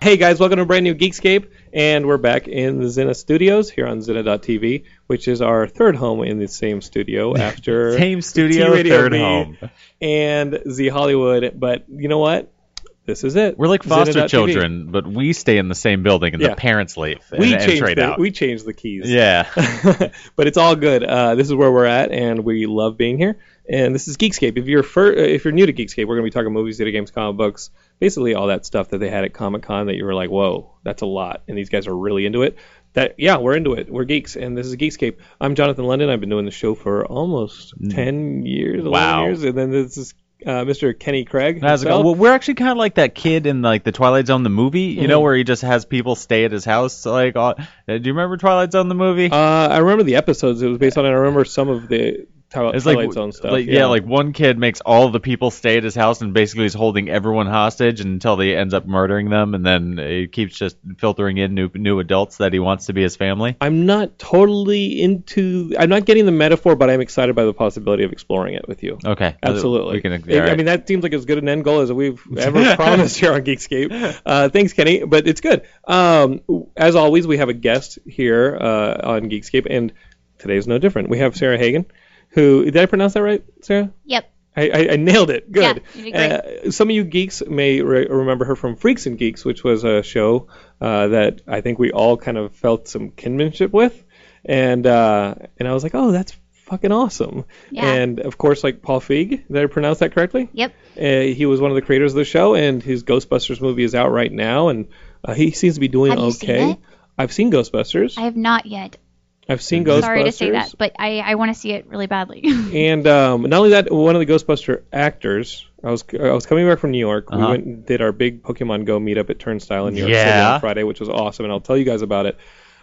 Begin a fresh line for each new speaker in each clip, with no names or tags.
Hey guys, welcome to a brand new Geekscape, and we're back in the Zena Studios here on Zena.tv, which is our third home in the same studio after
Same studio,
T-Radio
third
B
home.
and Z Hollywood. But you know what? This is it.
We're like foster
Zena.tv.
children, but we stay in the same building and
Yeah.
the parents leave and,
We
and
changed
trade
the,
out.
We changed the keys.
yeah.
but it's all good. Uh, this is where we're at, and we love being here. And this is Geekscape. If you're fir- uh, if you're new to Geekscape, we're going to be talking movies, video games, comic books, basically all that stuff that they had at Comic Con that you were like, whoa, that's a lot, and these guys are really into it. That yeah, we're into it. We're geeks, and this is Geekscape. I'm Jonathan London. I've been doing the show for almost ten years, eleven
Mm. Wow.
years, and then this is uh, Mr. Kenny Craig.
How's it
himself.
going? Well, we're actually kind of like that kid in like the Twilight Zone the movie, you
Mm-hmm.
know, where he just has people stay at his house. Like, all, uh, do you remember Twilight Zone the movie?
Uh, I remember the episodes it was based on. and I remember some of the Twilight,
it's like,
Twilight Zone stuff.
like- yeah. like one kid makes all the people stay at his house and basically is holding everyone hostage until he ends up murdering them, and then he keeps just filtering in new new adults that he wants to be his family.
I'm not totally into. I'm not getting the metaphor, but I'm excited by the possibility of exploring it with you.
Okay,
Absolutely.
We can,
I- I
alright.
mean, that seems like as good an end goal as we've ever promised here on Geekscape. Uh, thanks, Kenny, but it's good. Um, as always, we have a guest here uh, on Geekscape, and today's no different. We have Sarah Hagen, who did I pronounce that right, Sarah?
Yep.
I, I, I nailed it. Good.
Yeah, you did
uh, some of you geeks may re- remember her from Freaks and Geeks, which was a show uh, that I think we all kind of felt some kinship with, and uh, and I was like, oh, that's fucking awesome.
Yeah.
And of course, like Paul Feig, did I pronounce that correctly?
Yep.
Uh, he was one of the creators of the show, and his Ghostbusters movie is out right now, and uh, he seems to be doing
Have you seen
okay.
it?
I've seen Ghostbusters.
I have not yet.
I've seen Ghostbusters.
Sorry to say that, but I, I want to see it really badly.
And um, not only that, one of the Ghostbuster actors. I was I was coming back from New York. We
Uh-huh.
went and did our big Pokemon Go meetup at Turnstile in New York City
Yeah.
on Friday, which was awesome, and I'll tell you guys about it.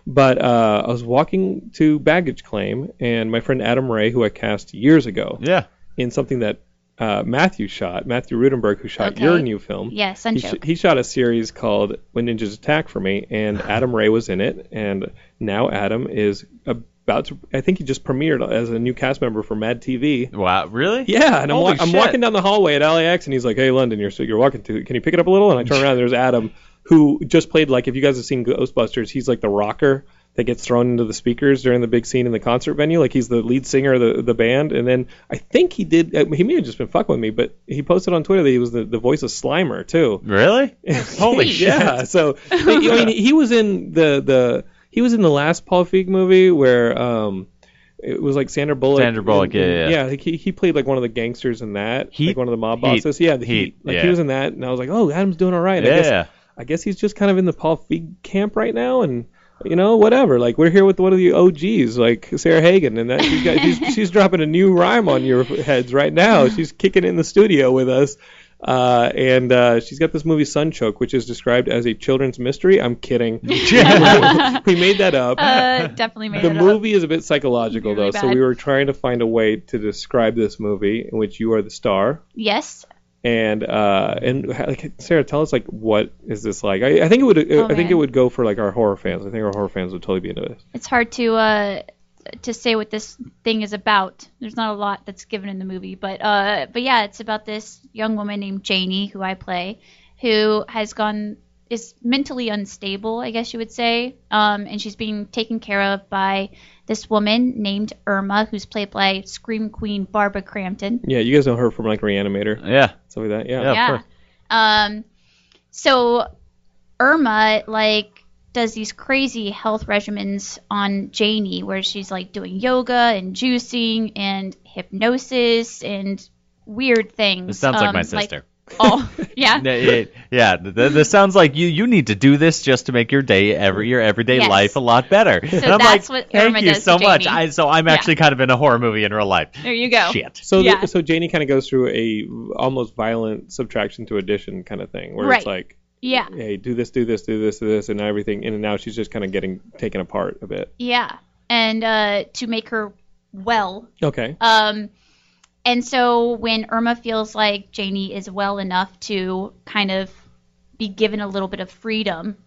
But uh, I was walking to baggage claim, and my friend Adam Ray, who I cast years ago
yeah.
in something that uh, Matthew shot, Matthew Rudenberg, who shot
Okay.
your new film,
yeah,
he, sh-
Sunchoke.
he shot a series called When Ninjas Attack for me, and Adam Ray was in it, and now Adam is about to. I think he just premiered as a new cast member for Mad TV.
Wow. Really?
Yeah, and I'm, wa-
Holy
I'm
shit.
walking down the hallway at LAX, and he's like, "Hey, London, you're so you're walking to. Can you pick it up a little?" And I turn around, and there's Adam, who just played like if you guys have seen Ghostbusters, he's like the rocker that gets thrown into the speakers during the big scene in the concert venue. Like he's the lead singer of the the band. And then I think he did. uh, He may have just been fucking with me, but he posted on Twitter that he was the, the voice of Slimer too.
Really? Holy shit.
Yeah, so I mean, he was in the the he was in the last Paul Feig movie where um it was like Sandra Bullock.
Sandra
and-
Bullock, yeah,
and-
yeah.
like, he, he played like one of the gangsters in that, like
Heat?
one of the mob
Heat.
bosses. Yeah, the
Heat,
Heat. Like he
yeah.
was in that, and I was like, oh, Adam's doing all right. I guess
Yeah.
I guess he's just kind of in the Paul Feig camp right now, and you know, whatever. Like we're here with one of the OGs, like Sarah Hagen, and that she's, got, she's, she's dropping a new rhyme on your heads right now. She's kicking it in the studio with us, uh, and uh, she's got this movie Sunchoke, which is described as a children's mystery. I'm kidding. we made that up.
uh, definitely made
the
it
movie is a bit psychological
Really
though, so
bad.
we were trying to find a way to describe this movie in which you are the star
up. Yes.
and uh and like Sarah, tell us like what is this like? I, I think it would uh, I think
Oh, man.
it would go for like our horror fans. I think our horror fans would totally be into this.
It's hard to uh to say what this thing is about. There's not a lot that's given in the movie, but uh but yeah, it's about this young woman named Janie who I play who has gone is mentally unstable, I guess you would say. Um and she's being taken care of by this woman named Irma who's played by Scream Queen Barbara Crampton.
Yeah, you guys know her from like Reanimator,
Yeah.
stuff like that. Yeah.
Yeah. of
yeah.
course.
Um, so Irma like does these crazy health regimens on Janie where she's like doing yoga and juicing and hypnosis and weird things.
This sounds like
Um,
my sister.
oh, yeah.
Yeah, yeah, yeah, th- th- this sounds like you. You need to do this just to make your day, every your everyday
Yes.
life a lot better. So and I'm
that's
like,
what
thank
Irma
you
does
so
to
much.
Jamie.
I, so I'm
Yeah.
actually kind of in a horror movie in real life.
There you go.
Shit.
So
Yeah.
The, so Janie kind of goes through a almost violent subtraction to addition kind of thing, where it's
Right.
like,
Yeah.
hey, do this, do this, do this, do this, and everything, and now she's just kind of getting taken apart a bit.
Yeah. And uh, to make her well
Okay.
Um, and so when Irma feels like Janie is well enough to kind of be given a little bit of freedom,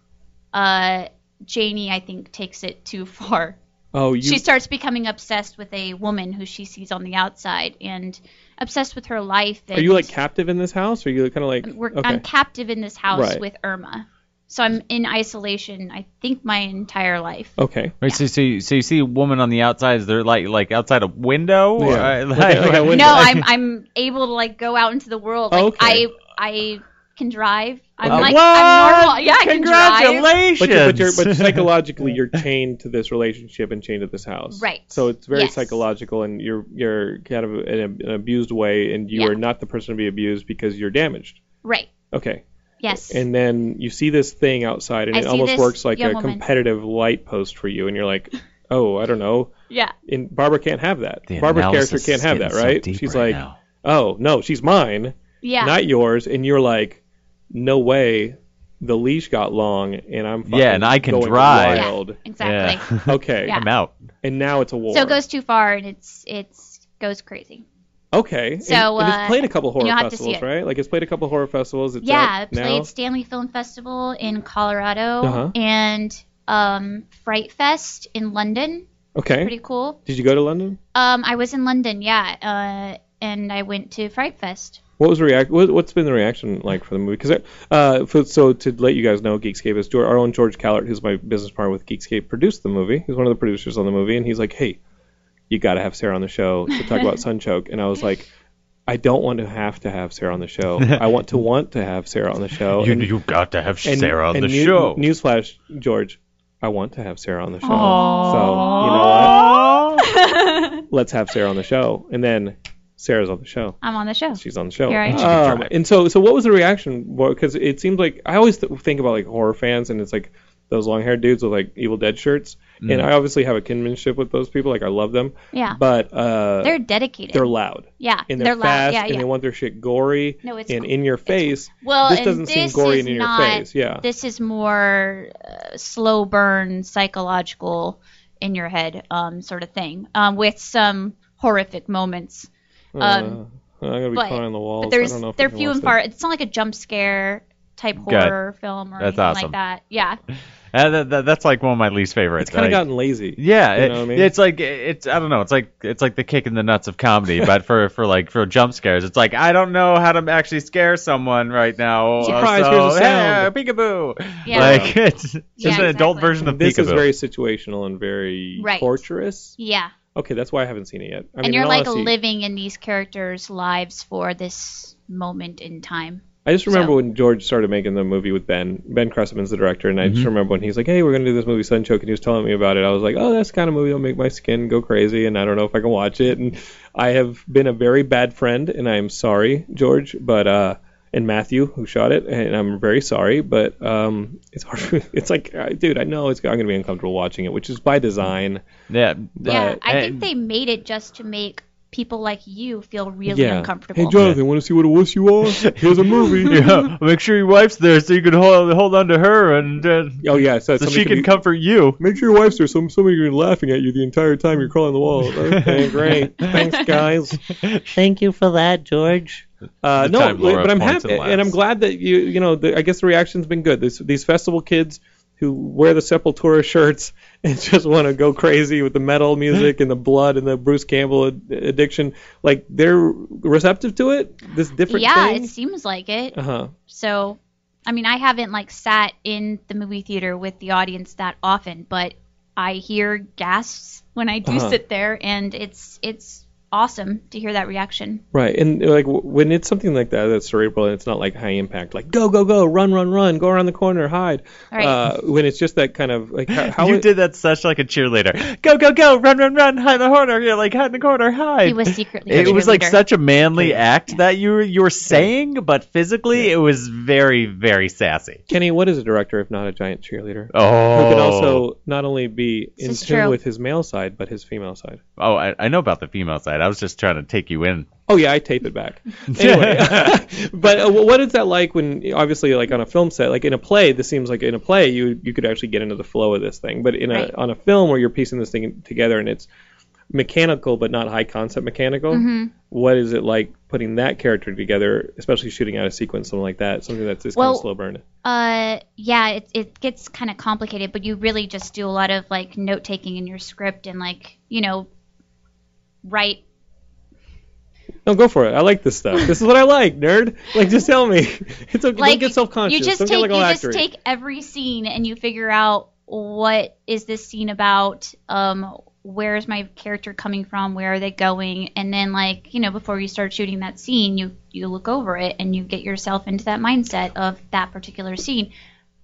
uh, Janie, I think, takes it too far.
Oh, you.
She starts becoming obsessed with a woman who she sees on the outside and obsessed with her life. And
are you like captive in this house? Or are you kind of like?
we're,
okay.
I'm captive in this house
Right.
with Irma. So I'm in isolation. I think my entire life.
Okay.
Right, so, so, you, so you see a woman on the outside. Is there like like outside a window?
Yeah.
Uh,
Like a- like a window.
No, I'm I'm able to like go out into the world. Like
Okay.
I I can drive. I'm
Uh,
like
what?
I'm normal. Yeah, I can drive.
Congratulations.
But, you, but, you're, but psychologically, you're chained to this relationship and chained to this house.
Right.
So it's very
Yes.
psychological, and you're you're kind of in a- an abused way, and you
Yeah.
are not the person to be abused because you're damaged.
Right.
Okay.
Yes.
And then you see this thing outside, and
I
it
see
almost
this
works like a
young woman.
competitive light post for you, and you're like, oh, I don't know.
yeah.
And Barbara can't have that.
The
Barbara's
analysis
character can't
is
have that,
getting so
right?
deep
She's
right
like,
now.
oh no, she's mine,
Yeah.
not yours, and you're like, no way. The leash got long, and I'm fucking
Yeah, and I can
going
drive.
Yeah,
wild.
exactly.
Yeah.
Okay.
Yeah.
I'm out.
And now it's a war.
So it goes too far and it's it's goes crazy.
Okay. And-
So,
and,
uh,
it's played a couple horror
you'll have to see
festivals,
it.
right? Like it's played a couple horror festivals. It's
yeah,
out
it played
now.
Stanley Film Festival in Colorado
Uh-huh.
and um, Fright Fest in London.
Okay.
Pretty cool.
Did you go to London?
Um, I was in London, yeah, uh, and I went to Fright Fest.
What was the react? What, what's been the reaction like for the movie? Because uh, for, so to let you guys know, Geekscape is our own George Callert, who's my business partner with Geekscape, produced the movie. He's one of the producers on the movie, and he's like, "Hey, you got to have Sarah on the show to talk about Sunchoke." And I was like, "I don't want to have to have Sarah on the show. I want to want to have Sarah on the show."
You
And-
you got to have
and-
Sarah on
and
the
new-
show.
Newsflash, George, I want to have Sarah on the show.
Aww.
So you know what? Let's have Sarah on the show, and then Sarah's on the show.
I'm on the show.
She's on the show.
Here I am. And
she can
Um,
drive.
and so, so what was the reaction? Because it seems like I always th- think about like horror fans, and it's like those long-haired dudes with like Evil Dead shirts.
Mm-hmm.
And I obviously have a kinship with those people. Like I love them,
Yeah,
but uh,
they're
they're
dedicated.
loud
yeah,
and they're,
loud.
fast,
Yeah,
and
yeah.
they want their shit gory
No, it's
and
cool.
in your face.
well,
this
and
doesn't
this
seem gory
is
and in
not,
your face. Yeah.
This is more uh, slow burn, psychological, in your head, um, sort of thing, um, with some horrific moments. um,
uh, I'm gonna be
but-
climbing the walls.
but there's
I don't know if
they're
we can
few
watch
and
that.
far. It's not like a jump scare type
Good.
horror film or
That's
anything
awesome.
like that. Yeah,
Uh, that- that- that's like one of my least favorites.
It's kind of
Like,
gotten lazy.
Yeah,
You
it-
know what I mean?
it's like it's I don't know. It's like it's like the kick in the nuts of comedy, but for for like for jump scares, it's like I don't know how to actually scare someone right now.
Surprise,
so,
here's a
hey,
sound.
peekaboo.
Yeah.
Like it's just
Yeah,
an adult
exactly.
version of
This
peekaboo.
is very situational and very
Right.
torturous.
yeah.
Okay, that's why I haven't seen it yet. I
and
mean,
you're
in
like
honesty,
living in these characters' lives for this moment in time.
I just remember
So-
when George started making the movie with Ben. Ben Cressman's the director, and I just remember when he's like, "Hey, we're gonna do this movie Sunchoke," and he was telling me about it. I was like, "Oh, that's the kind of movie that'll make my skin go crazy," and I don't know if I can watch it. And I have been a very bad friend, and I am sorry, George, but uh, and Matthew who shot it, and I'm very sorry, but um, it's hard. For, it's like, uh, dude, I know it's I'm gonna be uncomfortable watching it, which is by design.
yeah.
yeah,
But-
I think
uh,
they made it just to make people like you feel really uncomfortable.
Hey, Jonathan, want to see what a wuss you are? Here's a movie.
Yeah, make sure your wife's there so you can hold hold on to her and uh,
Oh yeah, so,
so
somebody
she
could
can
be-
comfort you.
Make sure your wife's there. Some somebody gonna be laughing at you the entire time you're crawling the wall. Okay, great. Thanks, guys.
Thank you for that, George.
Uh,
The
no,
time Laura
but I'm
points
happy,
and laughs.
and I'm glad that you you know the, I guess the reaction's been good. This, these festival kids who wear the Sepultura shirts and just want to go crazy with the metal music and the blood and the Bruce Campbell ad- addiction, like they're receptive to it. This different
yeah,
thing.
it seems like it.
uh huh.
So, I mean, I haven't like sat in the movie theater with the audience that often, but I hear gasps when I do
Uh-huh.
sit there, and it's it's awesome to hear that reaction.
Right, and like w- when it's something like that that's cerebral and it's not like high impact, like go go go, run run run, go around the corner, hide.
Right.
Uh, when it's just that kind of like how, how
you
it-
did that such like a cheerleader. Go go go! Run run run! Hide in the corner! You're like hide in the corner! Hide.
He was secretly.
It
a
was like
cheerleader.
such a manly act that you were, you were saying, but physically it was very very sassy.
Kenny, what is a director if not a giant cheerleader?
Oh,
Who can also not only be in
is
tune
true.
with his male side but his female side.
oh, I, I know about the female side. I was just trying to take you in.
Oh yeah, I tape it back. Anyway, but uh, what is that like when obviously like on a film set, like in a play, this seems like in a play you you could actually get into the flow of this thing, but in a
Right.
on a film where you're piecing this thing together and it's mechanical but not high concept mechanical.
Mm-hmm.
what is it like putting that character together, especially shooting out a sequence, something like that, something that's this kind
Well,
of slow burn?
Uh, yeah, it it gets kind of complicated, but you really just do a lot of like note taking in your script and like you know, write
No, go for it. I like this stuff. This is what I like, nerd. Like, just tell me. It's okay.
like
don't get self conscious.
You just
don't
take
get like all
you
actory.
just take every scene and you figure out what is this scene about. Um, where is my character coming from? Where are they going? And then like you know before you start shooting that scene, you you look over it and you get yourself into that mindset of that particular scene.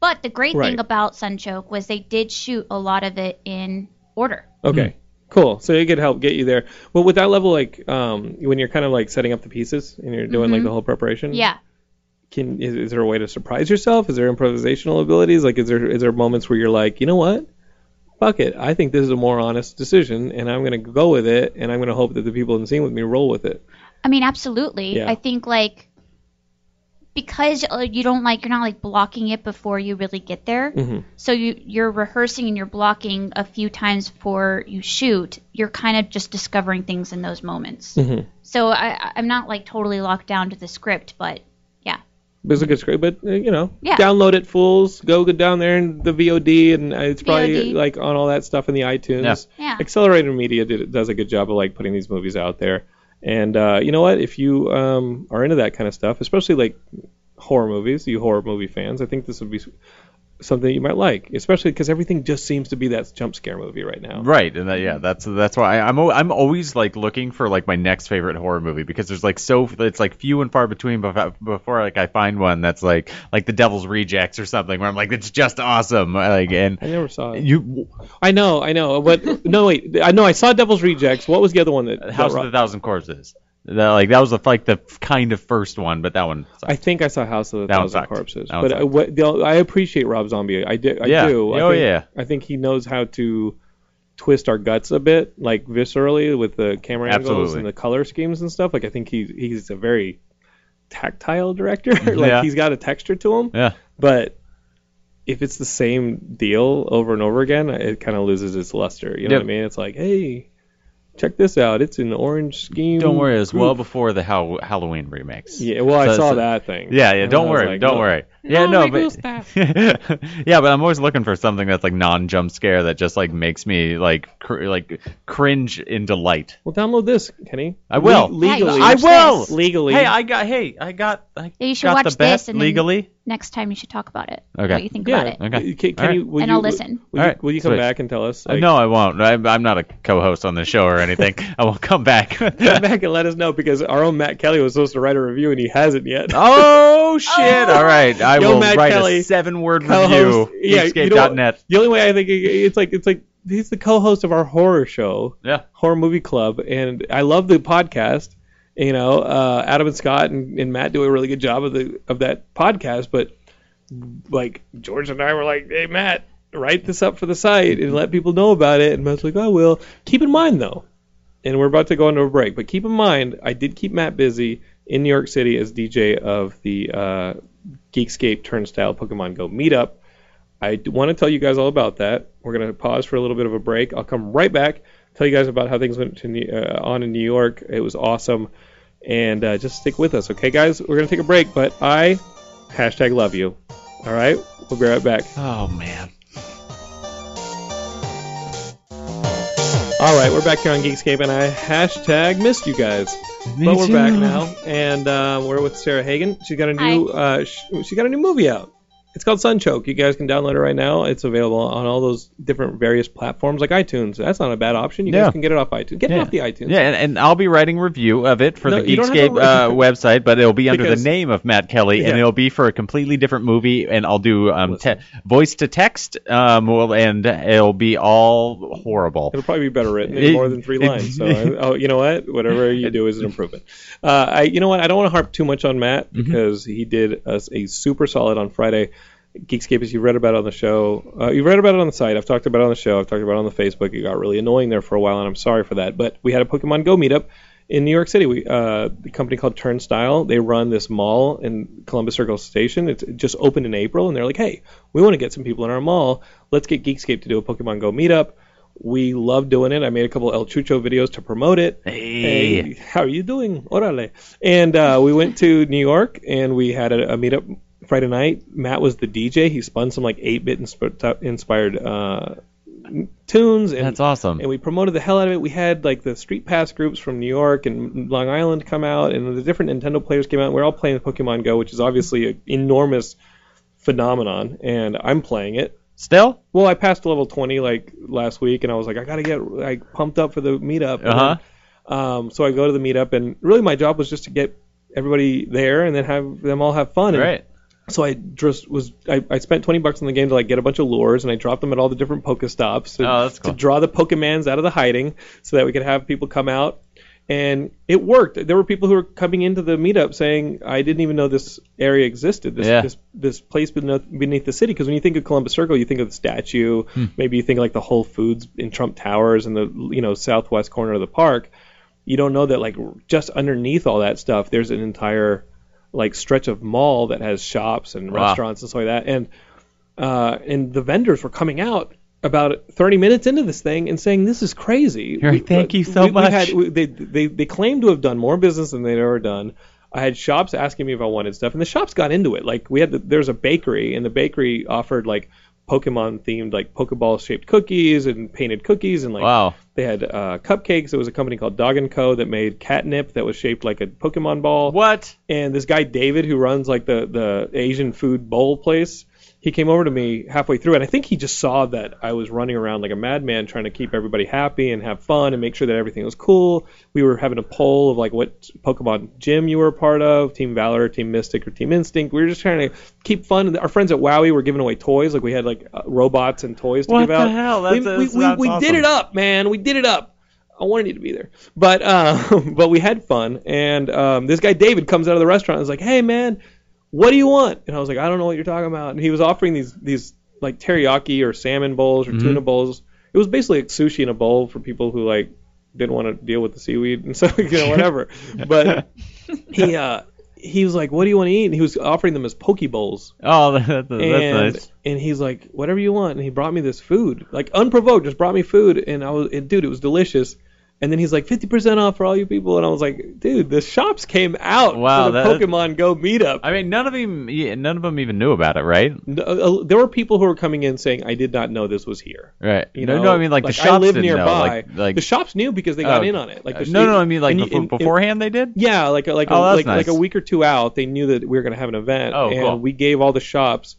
But the great
Right.
thing about Sunchoke was they did shoot a lot of it in order.
Okay. Cool. So it could help get you there. Well, with that level, like um, when you're kind of like setting up the pieces and you're doing like the whole preparation,
Mm-hmm. Yeah.
Can is, is there a way to surprise yourself? Is there improvisational abilities? Like, is there is there moments where you're like, you know what, fuck it, I think this is a more honest decision, and I'm gonna go with it, and I'm gonna hope that the people in the scene with me roll with it.
I mean, absolutely.
Yeah.
I think like because uh, you don't like you're not like blocking it before you really get there.
Mm-hmm.
So you you're rehearsing and you're blocking a few times before you shoot. You're kind of just discovering things in those moments.
Mm-hmm.
So I I- I'm not like totally locked down to the script, but yeah.
But it's a good script, but uh, you know,
Yeah.
download it, fools. Go go down there and the VOD, and uh, it's probably
VOD.
like on all that stuff in the iTunes.
Yeah. Yeah.
Accelerator Media did, does a good job of like putting these movies out there. And uh, you know what? If you um, are into that kind of stuff, especially like horror movies, you horror movie fans, I think this would be s- something you might like, especially because everything just seems to be that jump scare movie right now.
Right, and that,
Mm-hmm.
yeah, that's that's why I, I'm al- I'm always like looking for like my next favorite horror movie because there's like so it's like few and far between before, before like I find one that's like like The Devil's Rejects or something where I'm like it's just awesome like
I
and
never saw it.
you
I know, I know, but no, wait. I know I saw Devil's Rejects. What was the other one that?
House
that
of the Thousand Corpses that like that was the, like the kind of first one but that one sucked.
I think I saw House of the
That one
Thousand
sucked.
Corpses,
That one
but I,
sucked.
what, the- I appreciate Rob Zombie. I, di- I
Yeah.
do. I
Oh,
think,
yeah.
I think he knows how to twist our guts a bit, like viscerally with the camera angles
Absolutely.
and the color schemes and stuff. Like I think he he's a very tactile director. like
Yeah.
he's got a texture to him.
yeah
But if it's the same deal over and over again, it kind of loses its luster. You know
Yep.
what I mean? It's like, hey, check this out. It's an orange scheme.
don't worry it's
group.
well before the Hall- Halloween remakes
Yeah, well, I
So-
saw
so-
that thing.
Yeah, yeah.
And I
Don't
was
worry.
like,
don't
"Look,
worry. Yeah, no,
me gusta.
but yeah, but I'm always looking for something that's like non-jump scare that just like makes me like cr- like cringe in delight.
Well, download this, Kenny.
I will.
Le-
Yeah, you
legally,
should
I will.
this.
Legally.
Hey, I got. Hey, I got. I
Yeah, you should
got
watch
the bet
this and then-
legally.
Next time you should talk about it.
Okay.
What you think
yeah.
about it.
Okay.
Can, can
All right.
you, will
And
you,
I'll listen.
Will,
All
you,
right.
will you come
Sweet.
back and tell us?
Uh,
like,
no, I won't. I'm, I'm not a co-host on the show or anything. I will come back.
Come back and let us know because our own Matt Kelly was supposed to write a review and he hasn't yet.
oh shit! All right, I
Yo,
will
Matt
write
Kelly,
a seven-word
Co-host-
review.
Yeah, you know,
Geekscape.net.
The only way I think it- it's like it's like he's the co-host of our horror show,
Yeah.
horror movie club, and I love the podcast. You know, uh, Adam and Scott and, and Matt do a really good job of the of that podcast, but like George and I were like, hey Matt, write this up for the site and let people know about it. And Matt's like, I will. Keep in mind though, and we're about to go into a break, but keep in mind I did keep Matt busy in New York City as DJ of the uh, Geekscape Turnstile Pokemon Go meetup. I want to tell you guys all about that. We're going to pause for a little bit of a break. I'll come right back, tell you guys about how things went to New, uh, on in New York. It was awesome. And uh, just stick with us, okay, guys? We're going to take a break, but I hashtag love you. All right? We'll be right back.
Oh man.
All right, we're back here on Geekscape, and I hashtag missed you guys. but we're
too.
back now, and uh, we're with Sarah Hagen. She's got a new uh, sh- she got a new movie out. It's called Sunchoke. You guys can download it right now. It's available on all those different various platforms like iTunes. That's not a bad option. You
Yeah.
guys can get it off iTunes. Get it
Yeah.
off the iTunes.
Yeah, and, and I'll be writing review of it for
No,
the
you don't have to
Geekscape
write-
uh, website, but it'll be under
Because-
the name of Matt Kelly,
Yeah.
and it'll be for a completely different movie. And I'll do um, te-
Listen.
voice to text, um, well, and it'll be all horrible.
It'll probably be better written in
It-
more than three
it-
lines. So, I- oh, you know what? Whatever you do is an improvement. Uh, I, you know what? I don't want to harp too much on Matt
Mm-hmm.
because he did us a super solid on Friday. Geekscape, as you read about it on the show, uh, you read about it on the site. I've talked about it on the show. I've talked about it on the Facebook. It got really annoying there for a while, and I'm sorry for that. But we had a Pokemon Go meetup in New York City. We, uh, the company called Turnstile, they run this mall in Columbus Circle Station. It's it just opened in April, and they're like, hey, we want to get some people in our mall. Let's get Geekscape to do a Pokemon Go meetup. We love doing it. I made a couple El Chucho videos to promote it.
Hey.
Hey, how are you doing? Orale. And uh, we went to New York and we had a, a meetup Friday night. Matt was the DJ. He spun some like 8 bit inspired uh, tunes and
That's awesome.
and we promoted the hell out of it. We had like the Street Pass groups from New York and Long Island come out, and the different Nintendo players came out. And we are all playing Pokemon Go, which is obviously an enormous phenomenon, and I'm playing it.
Still?
Well, I passed level 20 like last week, and I was like, I gotta get like pumped up for the meetup. And
Uh-huh.
then, Um, so I go to the meetup, and really my job was just to get everybody there and then have them all have fun. And
Great.
so I just was I, I spent twenty bucks on the game to like get a bunch of lures and I dropped them at all the different Pokestops to,
Oh, that's cool.
to draw the Pokemans out of the hiding so that we could have people come out. And it worked. There were people who were coming into the meetup saying, "I didn't even know this area existed. This
Yeah.
this, this place beneath, beneath the city." Because when you think of Columbus Circle, you think of the statue.
Hmm.
Maybe you think like the Whole Foods in Trump Towers and the you know southwest corner of the park. You don't know that like just underneath all that stuff, there's an entire like stretch of mall that has shops and
Wow.
restaurants and stuff like that. And uh, and the vendors were coming out about 30 minutes into this thing and saying this is crazy.
You're like, "Thank you so
we- we
much."
had- we- they, they they claimed to have done more business than they'd ever done. I had shops asking me if I wanted stuff, and the shops got into it. Like we had the, there's a bakery, and the bakery offered like Pokemon themed like Pokeball shaped cookies and painted cookies and like
Wow.
they had uh, cupcakes. It was a company called Dog and Co that made catnip that was shaped like a Pokemon ball
What?
and this guy David who runs like the the Asian food bowl place, he came over to me halfway through and I think he just saw that I was running around like a madman trying to keep everybody happy and have fun and make sure that everything was cool. We were having a poll of like what Pokemon gym you were a part of, Team Valor, Team Mystic or Team Instinct. We were just trying to keep fun. And Our friends at Wowie were giving away toys, like we had like uh, robots and toys to
What
give
the
out.
hell?
We-
That's-
we
that
we,
sounds
we did
awesome.
it up, man. We did it up. I wanted you to be there, but uh, but we had fun. And um, this guy David comes out of the restaurant and is like, "Hey, man, what do you want?" And I was like, "I don't know what you're talking about." And he was offering these these like teriyaki or salmon bowls or tuna bowls. It was basically like sushi in a bowl for people who like didn't want to deal with the seaweed and so you know whatever. but he uh, he was like, "What do you want to eat?" And he was offering them as poke bowls
Oh, that, that, that's
and
nice.
and he's like, whatever you want. And he brought me this food, like unprovoked, just brought me food, and I was, and dude, it was delicious. And then he's like, 50% off for all you people, and I was like, dude, the shops came out
Wow,
for the
that-
Pokemon Go meetup.
I mean, none of them, yeah, none of them even knew about it, right?
N- uh, there were people who were coming in saying, I did not know this was here.
Right.
You
no,
know,
no, I mean like, the shops
I live
didn't
nearby.
know. Like, like
the shops knew because they
Oh,
got
okay.
in on it. Like, the
no, no, I mean like
and you-
befo-
and- and-
beforehand they did.
Yeah, like a, like a,
Oh, that's
like, like
nice.
a week or two out, they knew that we were going to have an event,
Oh,
and
cool.
we gave all the shops.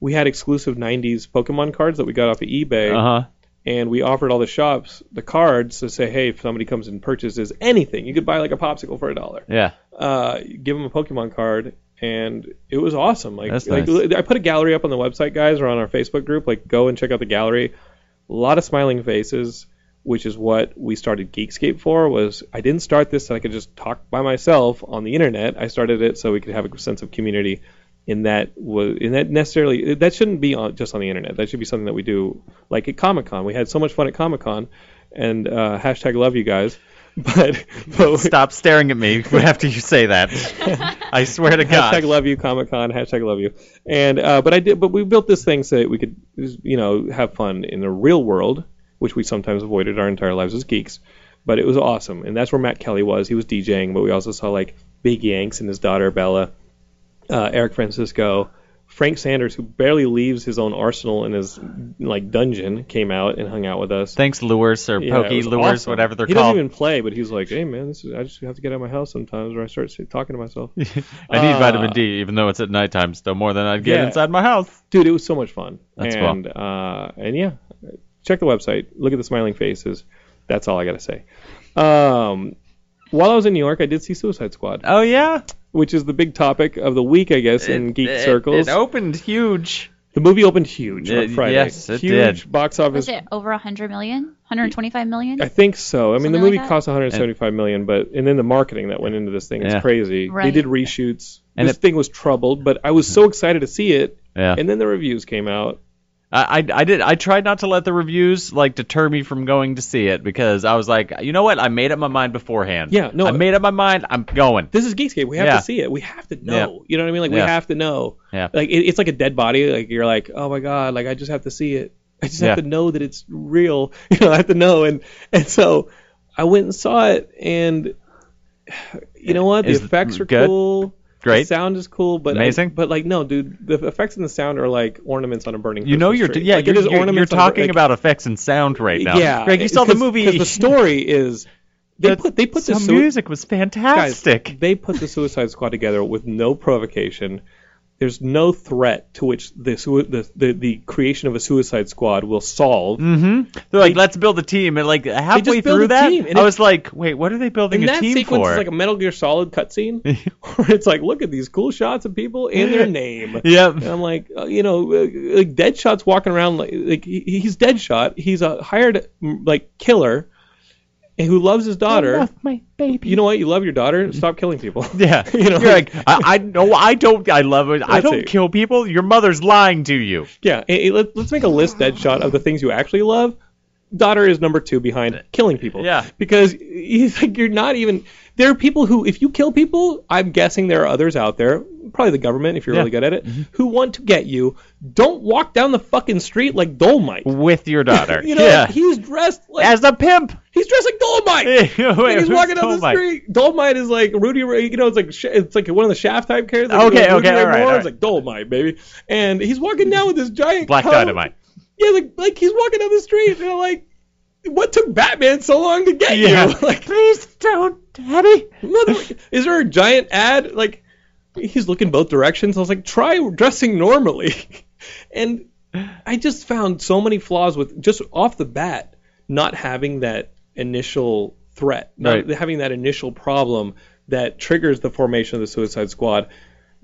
We had exclusive '90s Pokemon cards that we got off of eBay,
Uh huh.
and we offered all the shops the cards to say, hey, if somebody comes and purchases anything, you could buy like a popsicle for a dollar.
Yeah.
Uh, give them a Pokemon card, and it was awesome. Like,
That's
like
nice.
I put a gallery up on the website, guys, or on our Facebook group. Like, go and check out the gallery. A lot of smiling faces, which is what we started Geekscape for. Was I didn't start this so I could just talk by myself on the internet. I started it so we could have a sense of community. And that was, and that necessarily, that shouldn't be on, just on the internet. That should be something that we do, like at Comic Con. We had so much fun at Comic Con, and uh, hashtag love you guys. But, but
Stop staring at me after you say that. I swear to
Hashtag
God.
love you Comic Con. Hashtag love you. And uh, but I did. But we built this thing so that we could, you know, have fun in the real world, which we sometimes avoided our entire lives as geeks. But it was awesome, and that's where Matt Kelly was. He was DJing, but we also saw like Big Yanks and his daughter Bella, uh, Eric Francisco, Frank Sanders, who barely leaves his own arsenal and his like dungeon, came out and hung out with us.
Thanks, lures or
Yeah, it
pokey
was
lures,
awesome.
whatever they're
he
called.
doesn't even play, but he's like, "Hey man, this is, I just have to get out of my house sometimes, or I start talking to myself."
I need
Uh,
vitamin D, even though it's at nighttime, still more than I'd get
Yeah.
inside my house.
dude, it was so much fun.
That's cool.
and, Uh, and yeah, check the website. Look at the smiling faces. That's all I gotta say. Um, while I was in New York, I did see Suicide Squad,
Oh yeah,
which is the big topic of the week, I guess, in geek
It-
circles.
It opened huge.
the movie opened huge on
It-
Friday.
yes, it
huge box office.
Was it over 100 million? 125 million?
I think so. I mean, the
Something
movie
like that?
cost 175 million, but and then the marketing that went into this thing is
Yeah.
crazy. They
Right.
did reshoots.
And
this
it-
thing was troubled, but I was so excited to see it,
Yeah.
and then the reviews came out.
I, I I did I tried not to let the reviews like deter me from going to see it because I was like, you know what? I made up my mind beforehand.
Yeah, no.
I made up my mind. I'm going.
this is Geekscape. We have
Yeah.
to see it. We have to know. You know what I mean? Like
Yeah.
we have to know.
Yeah.
Like it, it's like a dead body. Like you're like, oh my god, like I just have to see it. I just have to
Yeah.
know that it's real. You know, I have to know. And and so I went and saw it, and you know what? The
Is-
effects are
good?
cool. The
Great.
sound is cool, but I-
Amazing.
but like no, dude, the effects in the sound are like ornaments on a burning.
You know
Christmas
you're
tree.
yeah
Like,
you're,
it is
you're- you're
ornaments on a bur-
talking
like,
about effects and sound right now.
Yeah,
Greg, you saw the
because-
movie.
because The story is they
That-
put they put the
some
sui-
music was
guys,
fantastic.
they put the Suicide Squad together with no provocation. There's no threat to which the sui- the the, the creation of a Suicide Squad will solve.
They're like, let's build a team, and like halfway
just build
through
a
that,
team, and
I
it-
was like, wait, what are they building
And
a
that
team
sequence
for?
is like a Metal Gear Solid cutscene, where it's like, look at these cool shots of people and their name.
Yep.
And I'm like, uh, you know, uh, like Deadshot's walking around like, like he, he's Deadshot. He's a hired mm, like killer, and who loves his daughter.
my baby.
You know what? You love your daughter. Stop killing people.
yeah,
you know,
are like, I, I no, I don't. I love it. I
Let's
don't
see.
kill people. Your mother's lying to you.
Yeah, eh, eh, let, let's make a list, Deadshot, of the things you actually love. Daughter is number two behind killing people.
Yeah.
Because he's like, you're not even. There are people who, if you kill people, I'm guessing there are others out there, probably the government if you're
Yeah. Mm-hmm.
really good at it, who want to get you. Don't walk down the fucking street like Dolmite.
With your daughter.
You know,
yeah.
he's dressed like
As a pimp.
he's dressed like Dolmite.
Wait,
and he's
who's
walking down the
Dolmite?
street. Dolmite is like Rudy Ray. You know, it's like Sh- it's like one of the Shaft type characters. Like
Okay,
Rudy
okay,
Ray
all right,
Moore.
all
It's
right.
like Dolmite, baby. And he's walking down with this giant
Black
coat.
dynamite.
Yeah, like like he's walking down the street and I'm like, what took Batman so long to get
Yeah.
you? Like,
Please don't, Daddy.
mother, is there a giant ad? Like, he's looking both directions. I was like, try dressing normally, and I just found so many flaws with just off the bat not having that initial threat, not
Right.
having that initial problem that triggers the formation of the Suicide Squad.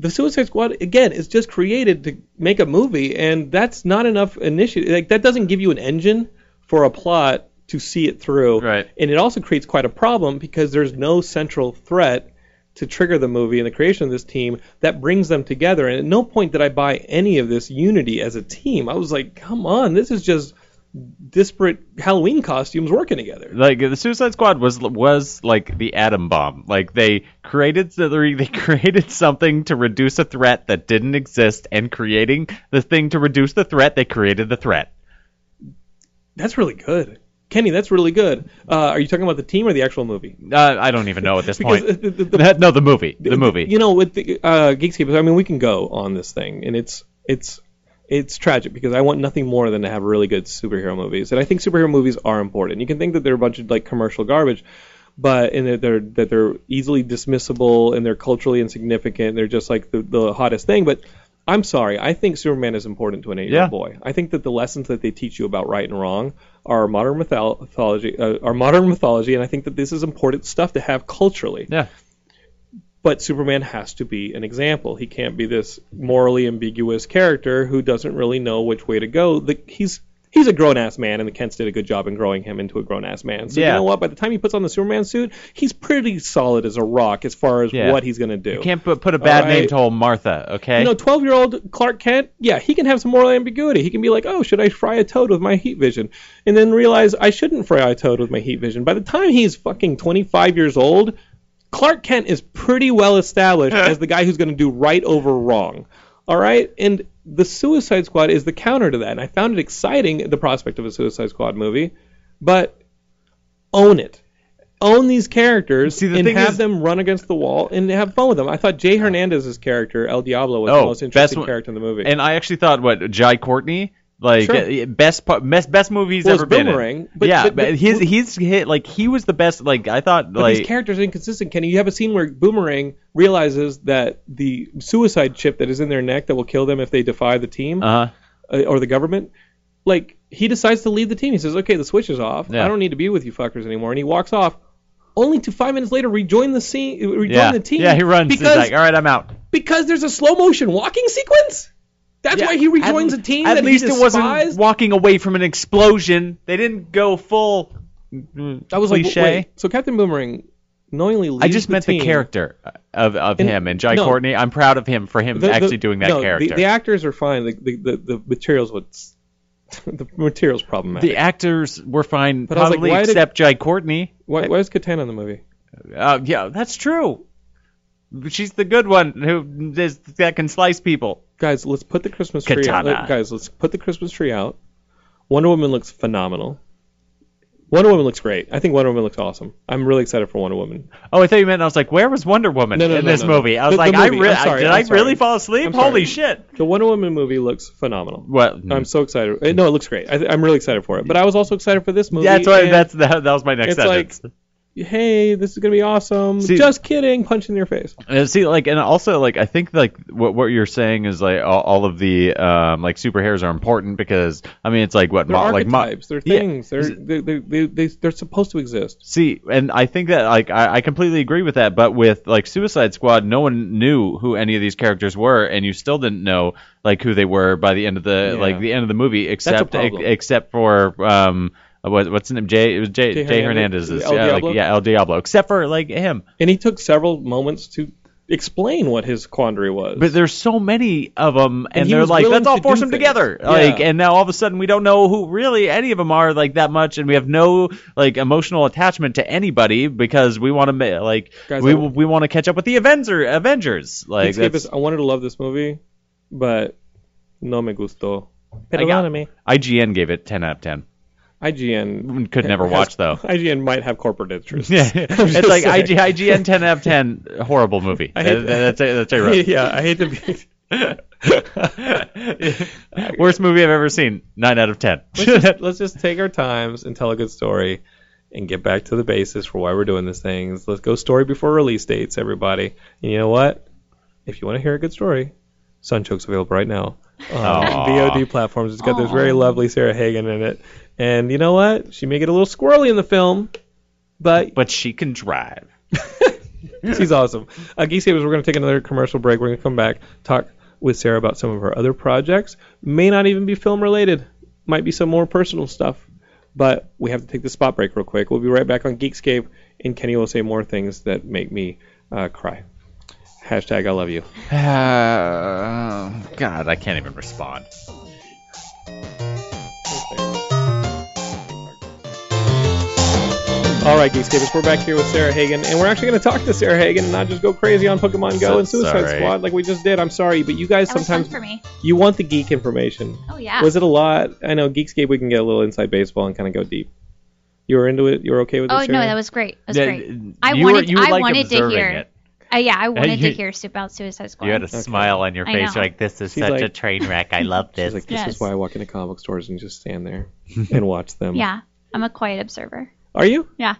The Suicide Squad again is just created to make a movie, and that's not enough initiative. Like that doesn't give you an engine for a plot to see it through.
Right.
And it also creates quite a problem because there's no central threat to trigger the movie and the creation of this team that brings them together. And at no point did I buy any of this unity as a team. I was like, come on, this is just disparate Halloween costumes working together.
like the Suicide Squad was was like the atom bomb. Like they created the they created something to reduce a threat that didn't exist, and creating the thing to reduce the threat, they created the threat.
That's really good. Kenny, that's really good. Uh, are you talking about the team or the actual movie?
Uh, I don't even know at this
Because
point.
the- the- the-
no, the movie, the movie.
You know, with the, uh, Geekscape, I mean, we can go on this thing, and it's it's it's tragic because I want nothing more than to have really good superhero movies, and I think superhero movies are important. You can think that they're a bunch of like commercial garbage, but and that they're that they're easily dismissible and they're culturally insignificant. They're just like the, the hottest thing, but. I'm sorry. I think Superman is important to an eight-year-old
Yeah.
boy. I think that the lessons that they teach you about right and wrong are modern mytholo- mythology, uh, are modern mythology, and I think that this is important stuff to have culturally
yeah,
but Superman has to be an example. He can't be this morally ambiguous character who doesn't really know which way to go. The, he's he's a grown ass man, and the Kents did a good job in growing him into a grown ass man. So you
Yeah.
know what? By the time he puts on the Superman suit, he's pretty solid as a rock as far as
Yeah.
what he's gonna do.
you can't put put a bad
All
name
right.
to old Martha. Okay.
You know, 12 year old Clark Kent, yeah, he can have some moral ambiguity. He can be like, oh, should I fry a toad with my heat vision? And then realize I shouldn't fry a toad with my heat vision. By the time he's fucking 25 years old, Clark Kent is pretty well established as the guy who's going to do right over wrong. All right? And the Suicide Squad is the counter to that. And I found it exciting, the prospect of a Suicide Squad movie, but own it. Own these characters
See, the
and
thing
have
is-
them run against the wall and have fun with them. I thought Jay Hernandez's character, El Diablo, was was
Oh,
the most interesting
best one-
character in the movie.
And I actually thought what Jai Courtney. Like
Sure.
uh, best po- best best movies
Well,
ever
it's
been. in.
Boomerang, but-
yeah,
but- but-
his he's hit like he was the best. Like I thought
but
like
these characters are inconsistent, Kenny. You have a scene where Boomerang realizes that the suicide chip that is in their neck that will kill them if they defy the team
uh
uh, or the government, like he decides to leave the team. He says, "Okay, the switch is off.
Yeah.
I don't need to be with you fuckers anymore," and he walks off. Only to five minutes later, rejoin the scene, uh, rejoin
yeah
the team.
yeah he runs.
because
he's like all right I'm out.
because there's a slow motion walking sequence. That's
Yeah,
why he rejoins
at,
a team
At
that
least
he
it wasn't
despised.
walking away from an explosion. They didn't go full.
I was
cliche.
like, wait, so Captain Boomerang knowingly leaves
I just
the uh,
meant
team.
the character of, of
And-
him and Jai
no.
Courtney. I'm proud of him for him
The- the-
actually doing that
no, the-
character.
The, actors are fine. The the, the, the materials what's the materials problematic.
The actors were
I
fine,
was like,
probably
why did-
except Jai Courtney.
why, why is Katana in the movie?
Uh, yeah, that's true. She's the good one who is, that can slice people.
Guys, let's put the Christmas tree out.
Katana.
Guys, let's put the Christmas tree out. Wonder Woman looks phenomenal. Wonder Woman looks great. I think Wonder Woman looks awesome. I'm really excited for Wonder Woman.
Oh, I thought you meant I was like, where was Wonder Woman
No, no,
in
no,
this
no, no.
movie? I was
The- the
like, I
movie.
really
I'm sorry,
did
I'm
I
sorry.
really fall asleep?
I'm sorry.
Holy shit!
The Wonder Woman movie looks phenomenal.
What?
I'm so excited. Uh, No, it looks great. I th- I'm really excited for it. But I was also excited for this movie.
that's why.
and
That's that, that was my next
It's like-
sentence.
hey, this is gonna be awesome.
See-
Just kidding. Punch in your face.
Uh, see, like, and also, like, I think, like, what what you're saying is like all, all of the um like superheroes are important because I mean it's like what
They're
mo- like mo-
archetypes. they're
yeah.
things. They're they they they they they're supposed to exist.
See, and I think that like I, I completely agree with that, but with like Suicide Squad, no one knew who any of these characters were, and you still didn't know like who they were by the end of the
Yeah.
like the end of the movie, except ex-
problem.
except for um what, what's his name Jay it was Jay,
Jay
Jay,
Hernandez.
Hernandez is
El
yeah,
Diablo?
like, yeah El Diablo, except for like him.
And he took several moments to explain what his quandary was.
But there's so many of them, and,
he
they're
was
like,
willing
let's all
to
force
do
them
things.
together.
Yeah.
Like, and now all of a sudden we don't know who really any of them are like that much, and we have no like emotional attachment to anybody because we want to like
Guys,
we
I-
we want to catch up with the Avenger Avengers. Like,
Geekscape
that's-
is- I wanted to love this movie, but no me gustó.
I got-
Perdóname.
IGN gave it 10 out of 10.
IGN
Could never
has-
watch though.
IGN might have corporate interests.
Yeah,
just
it's like
saying.
IG, IGN 10 out of 10 horrible movie.
I hate-
That- that's it- that's it, right.
yeah, I hate to be.
Worst movie I've ever seen. Nine out of 10
Let's just, let's just take our times and tell a good story, and get back to the basis for why we're doing these things. Let's go story before release dates, everybody. And you know what? If you want to hear a good story, Sunchoke's available right now Um,
Aw.
on VOD platforms. It's got this
Aw.
very lovely Sarah Hagen in it, and you know what? She may get a little squirrely in the film, but
but she can drive.
She's awesome. Uh, Geek Savers, we're going to take another commercial break. We're going to come back, talk with Sarah about some of her other projects. May not even be film related, might be some more personal stuff. But we have to take the spot break real quick. We'll be right back on Geekscape, and Kenny will say more things that make me uh, cry. Hashtag I love you.
Uh, God, I can't even respond.
All right, Geekscapers, we're back here with Sarah Hagen, and we're actually going to talk to Sarah Hagen and not just go crazy on Pokemon Go
So
and Suicide
sorry.
Squad like we just did. I'm sorry, but you guys
That was fun
sometimes
for me.
you want the geek information.
Oh yeah.
Was it a lot? I know Geekscape. We can get a little inside baseball and kind of go deep. You were into it. You were okay with
oh
this.
no,
Sarah?
that was great. That was
Yeah,
great.
you
I
were-
wanted.
you were,
I
like,
wanted to
observing
hear.
it.
Uh, yeah, I wanted
you-
to hear about Suicide Squad.
You had a
Okay.
smile on your
I
face.
know.
You're like, this is
She's
such
like-
a train wreck. I love
She's
this.
like, this is
Yes.
why I walk into comic book stores and just stand there and watch them.
yeah, I'm a quiet observer.
Are you?
Yeah.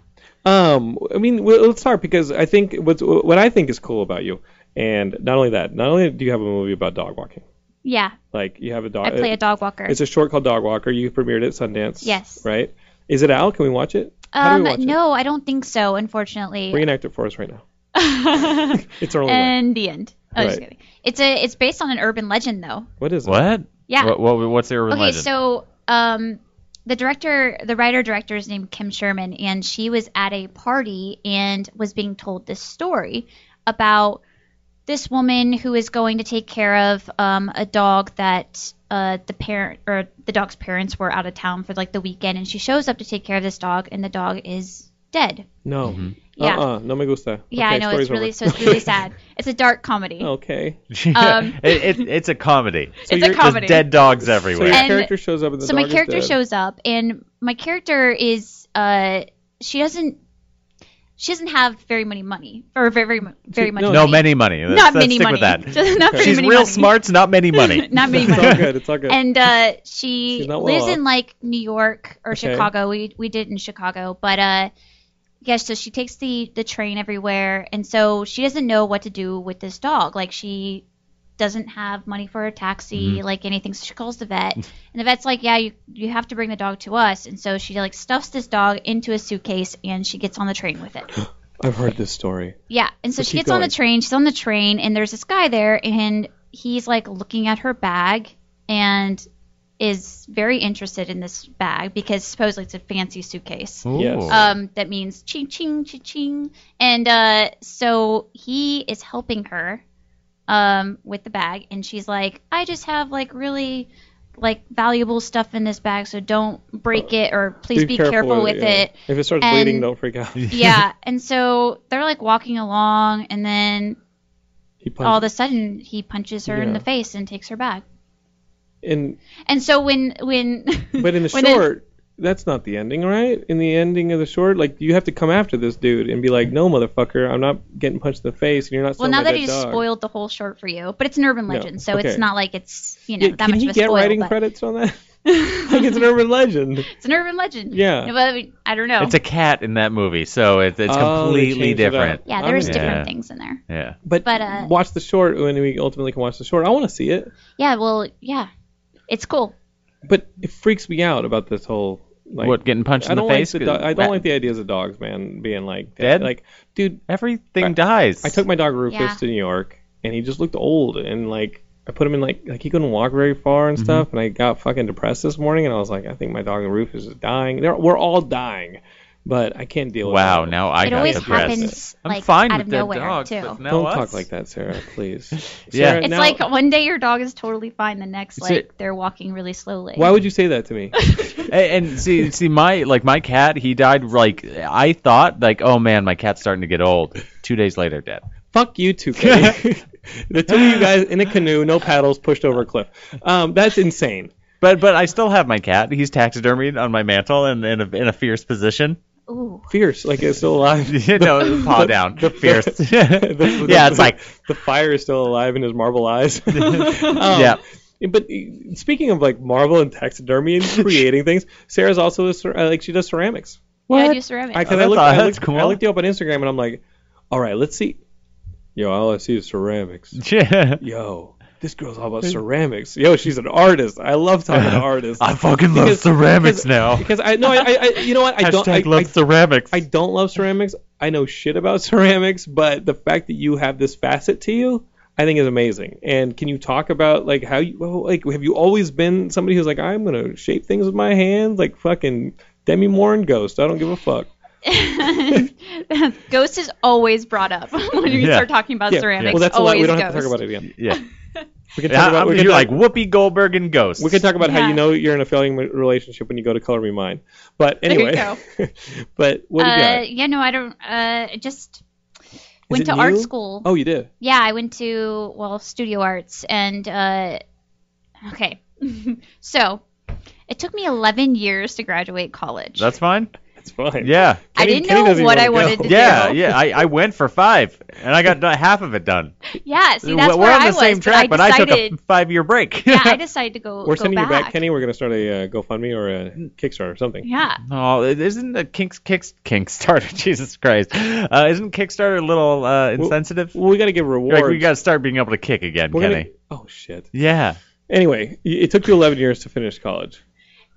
Um, I mean, well, let's start because I think what's what I think is cool about you, and not only that, not only do you have a movie about dog walking,
Yeah,
like you have a dog.
Uh,
uh,
I play a dog walker.
It's a short called Dog Walker. You premiered it at Sundance.
Yes.
Right. Is it out? Can we watch it? How do
um,
we watch
no, I don't think so. Unfortunately.
it? Reenact it for us right now. It's our only way.
and the end. Oh, just
Right.
kidding. It's a. It's based on an urban legend though.
What is it?
what?
Yeah.
What, what- what's the urban
okay,
legend?
so um, the director, the writer director is named Kim Sherman, and she was at a party and was being told this story about this woman who is going to take care of um, a dog that uh, the parent or the dog's parents were out of town for like the weekend, and she shows up to take care of this dog, and the dog is dead.
No.
Yeah.
Uh-uh. No me gusta.
Yeah,
okay,
I know it's
story's over.
really
Oh,
so it's really sad. It's a dark comedy.
Okay.
um,
it, it, it's a comedy.
it's
you're-
a
it's
comedy.
There's dead dogs
So
everywhere.
your
And-
character shows up in the
so
dog
my character
is dead.
shows up and my character is uh she doesn't she doesn't have very many money or very very mu- very much
no,
no
money.
many money. Let's,
not
let's
many
stick
money
with that.
Just not very
She's
many
real
money.
smarts, not many money.
not many
It's all
money
good. It's all good.
and uh she
She's not well
lives in
off.
like New York or
Okay.
Chicago we we did in Chicago but uh Yes, so she takes the the train everywhere, and so she doesn't know what to do with this dog. Like she doesn't have money for a taxi,
Mm-hmm.
like anything. So she calls the vet, and the vet's like, "Yeah, you you have to bring the dog to us." And so she like stuffs this dog into a suitcase, and she gets on the train with it.
I've heard this story.
Yeah, and so
But
she
keep
gets on
going.
the train. She's on the train, and there's this guy there, and he's like looking at her bag, and is very interested in this bag because supposedly it's a fancy
Yes.
suitcase.
Ooh.
Um, that means ching ching ching ching. And uh, so he is helping her um, with the bag, and she's like, "I just have like really like valuable stuff in this bag, so don't break it or please be, careful, with
yeah.
it."
If it starts
And-
bleeding, don't freak out.
yeah, and so they're like walking along, and then
He punches.
all of a sudden he punches her in
Yeah.
the face and takes her bag.
and,
And so when when
but in the
when
short, that's not the ending, right? In the ending of the short, like you have to come after this dude and be like, "No, motherfucker, I'm not getting punched in the face, and you're not."
Well,
selling
now
my
that
dead
he's
dog."
spoiled the whole short for you, but it's an urban
No,
legend, so
okay.
it's not like it's you know
Yeah,
that
can
much
he
of a
get
spoil.
writing
but
credits on that? like it's an urban legend.
It's an urban legend.
Yeah.
No, but I, mean, I don't know.
It's a cat in that movie, so it, it's
Oh, they
completely
changed it up.
different.
yeah, there's
Yeah.
different things in there.
Yeah.
But,
But, uh,
watch the short when we ultimately can watch the short. I want to see it,
Yeah, well, yeah, it's cool.
but it freaks me out about this whole like.
what getting punched
I
in the
don't
face?
like the do- I don't like the ideas of dogs, man, being like
Dead?
Like, dude,
Everything
I-
dies.
I took my dog Rufus
Yeah.
to New York, and he just looked old, and like I put him in like like he couldn't walk very far
Mm-hmm.
and stuff, and I got fucking depressed this morning, and I was like, I think my dog Rufus is dying. They're, we're all dying, but I can't deal with
Wow,
that.
now I
it
got
always
depressed.
happens
I'm
like
fine
out
with
of
dead
nowhere
dogs,
too.
but now
Don't
us?
talk like that, Sarah, please.
Yeah.
Sarah,
It's
now-
like one day your dog is totally fine, the next
It's
like
a-
they're walking really slowly.
why would you say that to me?
and, and see, see, my like my cat, he died like I thought, like oh man, my cat's starting to get old. Two days later, dead.
Fuck you two. Katie. the two of you guys in a canoe, no paddles, pushed over a cliff. Um, that's insane.
But but I still have my cat. He's taxidermied on my mantle and in a, in a fierce position.
Ooh,
Fierce, like it's still alive.
you know, paw down, fierce.
The-
yeah, it's like
the fire is still alive in his marble eyes. Um,
yeah.
But uh, speaking of like marble and taxidermy and creating things, Sarah's also a, cer- uh, like she does ceramics.
yeah, I do ceramics.
I, 'cause
Oh,
I
that's
looked,
aw-
I
that's
looked,
cool.
I looked you up on Instagram and I'm like, all right, let's see. Yo, all I see is ceramics. Yo, this girl's all about ceramics. Yo, she's an artist. I love talking to artists.
I fucking love
Because-
ceramics
because-
now.
Because I no, I, I, I you know what? I
Hashtag
don't. I,
love
I,
ceramics.
I don't love ceramics. I know shit about ceramics, but the fact that you have this facet to you, I think is amazing. And can you talk about like how you well, like have you always been somebody who's like I'm gonna shape things with my hands like fucking Demi Moore and Ghost. I don't give a fuck.
Ghost is always brought up when you
Yeah.
start talking about ceramics.
Well, that's a
always
lot. We don't
ghost.
have to talk about it again.
yeah,
We can talk
yeah
about.
I'm,
we can
you're
talk-
like Whoopi Goldberg and Ghost.
We can talk about how
Yeah.
you know you're in a failing relationship when you go to Color Me Mine. But
you
anyway, but what do you
Uh,
got?
yeah, no, I don't. Uh, I just went
it
to art
new?
school.
Oh, you did.
Yeah, I went to well studio arts and uh, okay, so it took me 11 years to graduate college.
That's fine.
That's fine.
Yeah,
I
Kenny-
didn't
Kenny
know
doesn't
what
even
I
wanna
wanted
go.
to
yeah,
do.
yeah. I, I went for five, and I got done- half of it done.
yeah. See, that's
We're
where
on
I
the
was.
same track,
but
but
I
I
decided.
took a five-year break.
yeah, I decided to go.
We're
go
sending you
back.
back, Kenny. We're gonna start a uh, GoFundMe or a
Hmm.
Kickstarter or something.
Yeah.
Oh, isn't the Kinks, Kicks, Kickstarter? Jesus Christ! Uh, isn't Kickstarter a little uh, insensitive?
Well, we got to give rewards.
like we got to start being able to kick again,
We're
Kenny.
gonna- oh shit.
Yeah.
Anyway, y- it took you 11 years to finish college.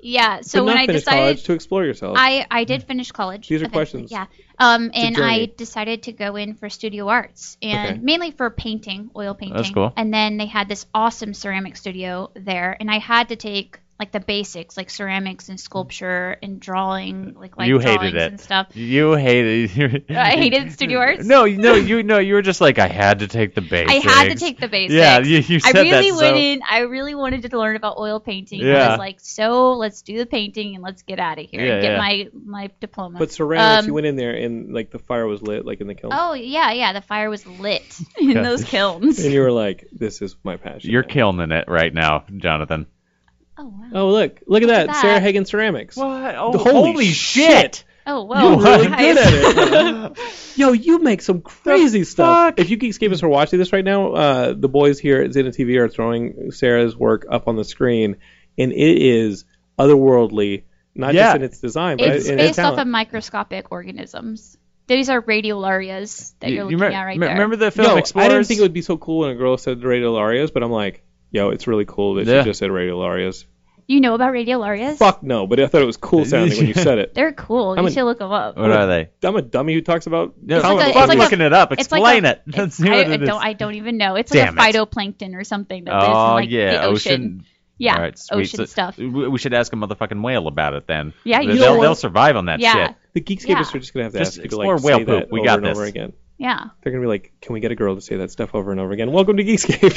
Yeah.
So
So
to
when
not
I
finish
decided
college, to explore yourself.
I, I
Mm.
did finish college.
These are
eventually,
questions.
Yeah. Um,
a
and
journey.
I decided to go in for studio arts and
Okay.
mainly for painting, oil painting.
cool.
And then they had this awesome ceramic studio there, and I had to take like the basics, like ceramics and sculpture and drawing, like
Mm.
like
You hated
drawings
it.
and stuff.
You hated.
I hated studio arts.
No, you- no, you no, you were just like I had to take the
I
basics.
had to take the basics.
Yeah, you, you
I
said
really
that. So,
wouldn't. I really wanted to learn about oil painting. I
Yeah.
was like, so let's do the painting and let's get out of here
Yeah,
and get
yeah.
my my diploma.
but ceramics,
um,
you went in there and like the fire was lit, like in the kiln,
Oh yeah, yeah. The fire was lit in
Yeah.
those kilns.
and you were like, "This is my passion."
you're killing it right now, Jonathan.
Oh wow.
Oh look, look at that,
that.
Sarah Hagen ceramics.
What?
Oh, Holy holy shit.
Oh whoa.
You're really
Nice.
good at it. Yo, you make some crazy stuff.
fuck?
If you Geekscapists are watching this right now, uh, the boys here at Zeta TV are throwing Sarah's work up on the screen, and it is otherworldly. Not
Yeah.
just in its design, but
It's
in its
based off
talent.
of microscopic organisms. These are radiolarias that you're looking
remember,
at right
me-
there.
remember the film
Yo,
Explorers?
I didn't think it would be so cool when a girl said radiolarias, but I'm like, yo, it's really cool that
Yeah.
she just said radiolarias.
you know about radiolarias?
Fuck no, but I thought it was cool sounding when you said it.
They're cool.
I'm
you
a-
should look them up.
What are they?
I'm a dummy who talks about.
No,
common
like a- it's
fuck
fucking-
like a-
looking it up.
it's like
Explain
a-
it. Let's see
I,
what
I
it is.
don't. I don't even know. It's
Damn it.
like a phytoplankton or something that lives
Oh
in like
yeah,
the ocean. Yeah,
All right, sweet.
ocean
So
stuff.
We we should ask a motherfucking whale about it then.
Yeah, you
they'll,
know
they'll,
what?
they'll survive on that
Yeah.
shit.
The Geekscapists
Yeah.
are just gonna have to
Just
ask you to like
explore whale
say that
poop. We
over
got
and
this.
over again.
Yeah.
They're gonna be like, "Can we get a girl to say that stuff over and over again?" Welcome to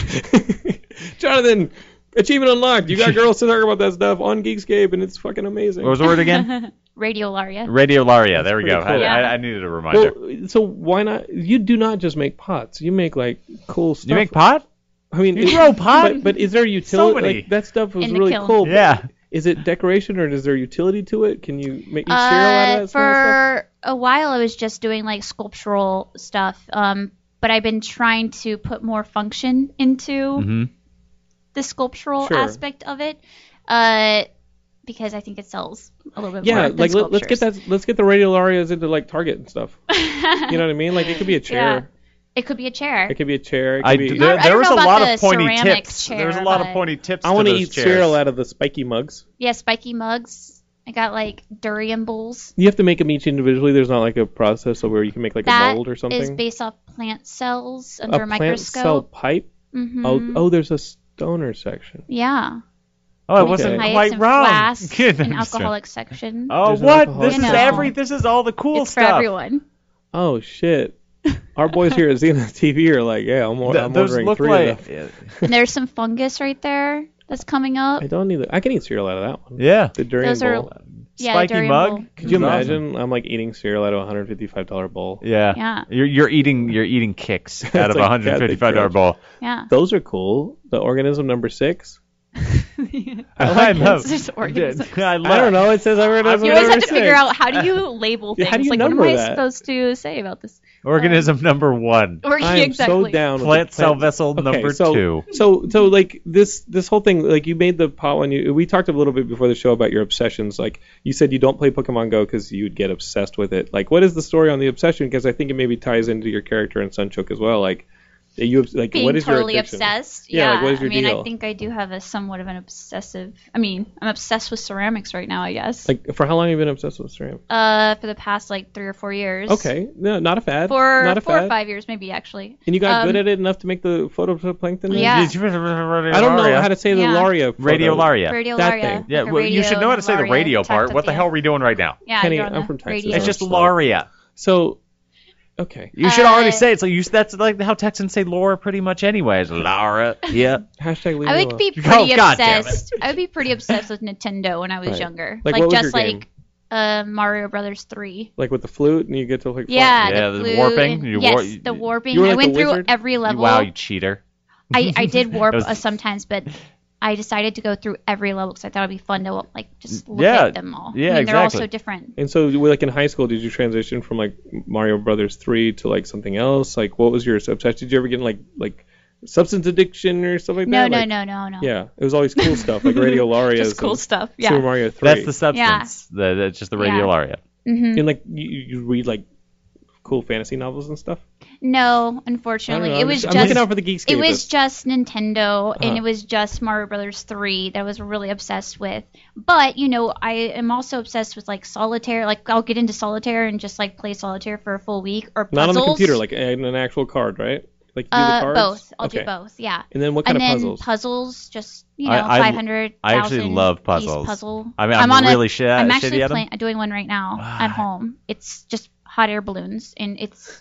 Geekscape, Jonathan. Achievement unlocked. You got girls to talk about that stuff on Geekscape, and it's fucking amazing.
What was the word again?
Radiolaria.
Radiolaria. There we
pretty
go.
cool.
I,
Yeah.
I, I needed a reminder.
well, so why not? You do not just make pots. You make like cool stuff.
you make pot?
I mean,
You grow pot?
But, but is there
So
utility?
many.
like, that stuff was
In the
really
kiln.
cool. but
Yeah.
Is it decoration or is there utility to it? Can you make you share a lot of
Uh,
that sort of stuff?
for a while, I was just doing like sculptural stuff, um, but I've been trying to put more function into
hmm
the sculptural
Mm-hmm. Sure.
aspect of it, uh, because I think it sells a little bit more.
Yeah,
than
like let, let's get
sculptures.
that let's get the radiolarias into like Target and stuff. You know what I mean? Like it could be a chair.
It could be a chair.
It could be a chair. It could
I,
be,
there,
I don't
there was
know
a
about
lot
the
of pointy
ceramic
tips.
chair,
there was a lot of
but-
pointy tips.
I
want to
eat
chairs.
cereal out of the spiky mugs.
Yeah, spiky mugs. I got like durian bowls.
You have to make them each individually. There's not like a process of where you can make like
That
a mold or something.
Is based off plant cells
a
under a
plant cell
microscope.
pipe.
hmm
Oh, oh, there's a stoner section.
Yeah.
Oh, it
Okay.
wasn't
Nice
quite
and
wrong.
flask
Good, I'm
and
just joking.
alcoholic section.
Oh,
There's an
what?
alcoholic
This is
section.
every. This is all the cool
it's
stuff.
for everyone.
Oh shit! Our boys here at Xena TV are like, yeah, I'm,
Th-
I'm
those
ordering
look
three
like.
of them.
And there's some fungus right there that's coming up.
I don't need. The, I can eat cereal out of that one.
Yeah.
The durian
Those are-
bowl.
Yeah,
Spiky
durian
mug.
bowl.
Could you
It's awesome.
imagine? I'm like eating cereal out of a 155 dollar bowl.
Yeah.
Yeah.
You're you're eating you're eating kicks out of a
like
hundred fifty five dollar
Catholic
bowl.
Yeah.
Those are cool. The organism number six.
I, like
It's
love.
just organisms.
I love.
I don't know. It says organism
You
number
always have to
six.
figure out how do you label
Yeah,
things.
how do you
like, what am
number
I
that?
supposed to say about this?
Organism number one.
Or
I am so
exactly.
down. with
Plant
the
cell vessel number
so,
two.
So so like this this whole thing like you made the pot when you we talked a little bit before the show about your obsessions like you said you don't play Pokemon Go because you'd get obsessed with it like what is the story on the obsession because I think it maybe ties into your character in Sunchoke as well like are you obs- like
Being
what is
totally
your addiction?
obsessed.
Yeah, like, what is your
I mean,
deal?
I think I do have a somewhat of an obsessive. I mean, I'm obsessed with ceramics right now. I guess.
Like for how long have you been obsessed with ceramic?
uh, for the past like three or four years.
Okay, no, not a fad.
For
not a
four
fad.
or five years, maybe actually.
And you got
Um,
good at it enough to make the photoplankton.
Yeah.
I don't know how to say the
Yeah.
Laria. photo.
Radiolaria.
Radio
That
Laria.
thing.
yeah,
like a
well, you
radio
should know how to say the
Laria
radio
tapped
part.
up
What the
here.
hell are we doing right now?
Yeah,
Kenny,
you're on
I'm
the
from Texas.
radio.
It's
Yeah.
just Laria.
So, okay.
You should already
Uh,
say it. So you, that's like how Texans say Laura pretty much anyways. Laura. Yeah.
Hashtag leave
I
me
would
alone.
be
Oh,
pretty
God damn it.
obsessed. I would be pretty obsessed with Nintendo when I was
Right.
younger.
Like,
Like,
what was
just
your
like
game?
uh, Mario Brothers three.
like with the flute, and you get to like. fly-
Yeah,
Yeah,
the,
the
blue-
warping, you
yes,
war-
the warping.
You were
I
like
went
the
through
wizard?
every level.
Wow, you cheater.
I, I did warp
was-
uh, sometimes, but I decided to go through every level because I thought it'd be fun to like just look
Yeah,
at them all.
yeah,
I mean, They're all
exactly.
so different.
And so, like in high school, did you transition from like Mario Brothers three to like something else? Like, what was your obsession? Did you ever get in, like like substance addiction or stuff like
No,
that?
no,
Like,
no, no, no.
Yeah, it was always cool stuff like Radio Laria.
just cool stuff.
Super
Yeah.
Mario three.
That's the substance. The, that's just the
Yeah.
Radiolaria.
hmm
and like you, you read like cool fantasy novels and stuff.
No,
I don't
unfortunately,
know,
it
I'm,
was
just,
just
I'm looking out for the geekscape.
it was just Nintendo
Uh-huh.
and it was just Mario Brothers 3 that I was really obsessed with. But, you know, I am also obsessed with like solitaire. Like I'll get into solitaire and just like play solitaire for a full week or
not on
puzzles.
the computer, like in an actual card, right? Like you
uh,
do the cards.
both. I'll
okay.
do both. Yeah.
And then what kind
And
of
then
puzzles?
just, you know,
I- I-
500
I actually
1,000
love
piece
puzzles.
Puzzle.
I mean, I'm,
on
really
a,
shit,
I'm
shitty
actually
at them.
playing, doing one right now at
Why?
home. It's just hot air balloons and it's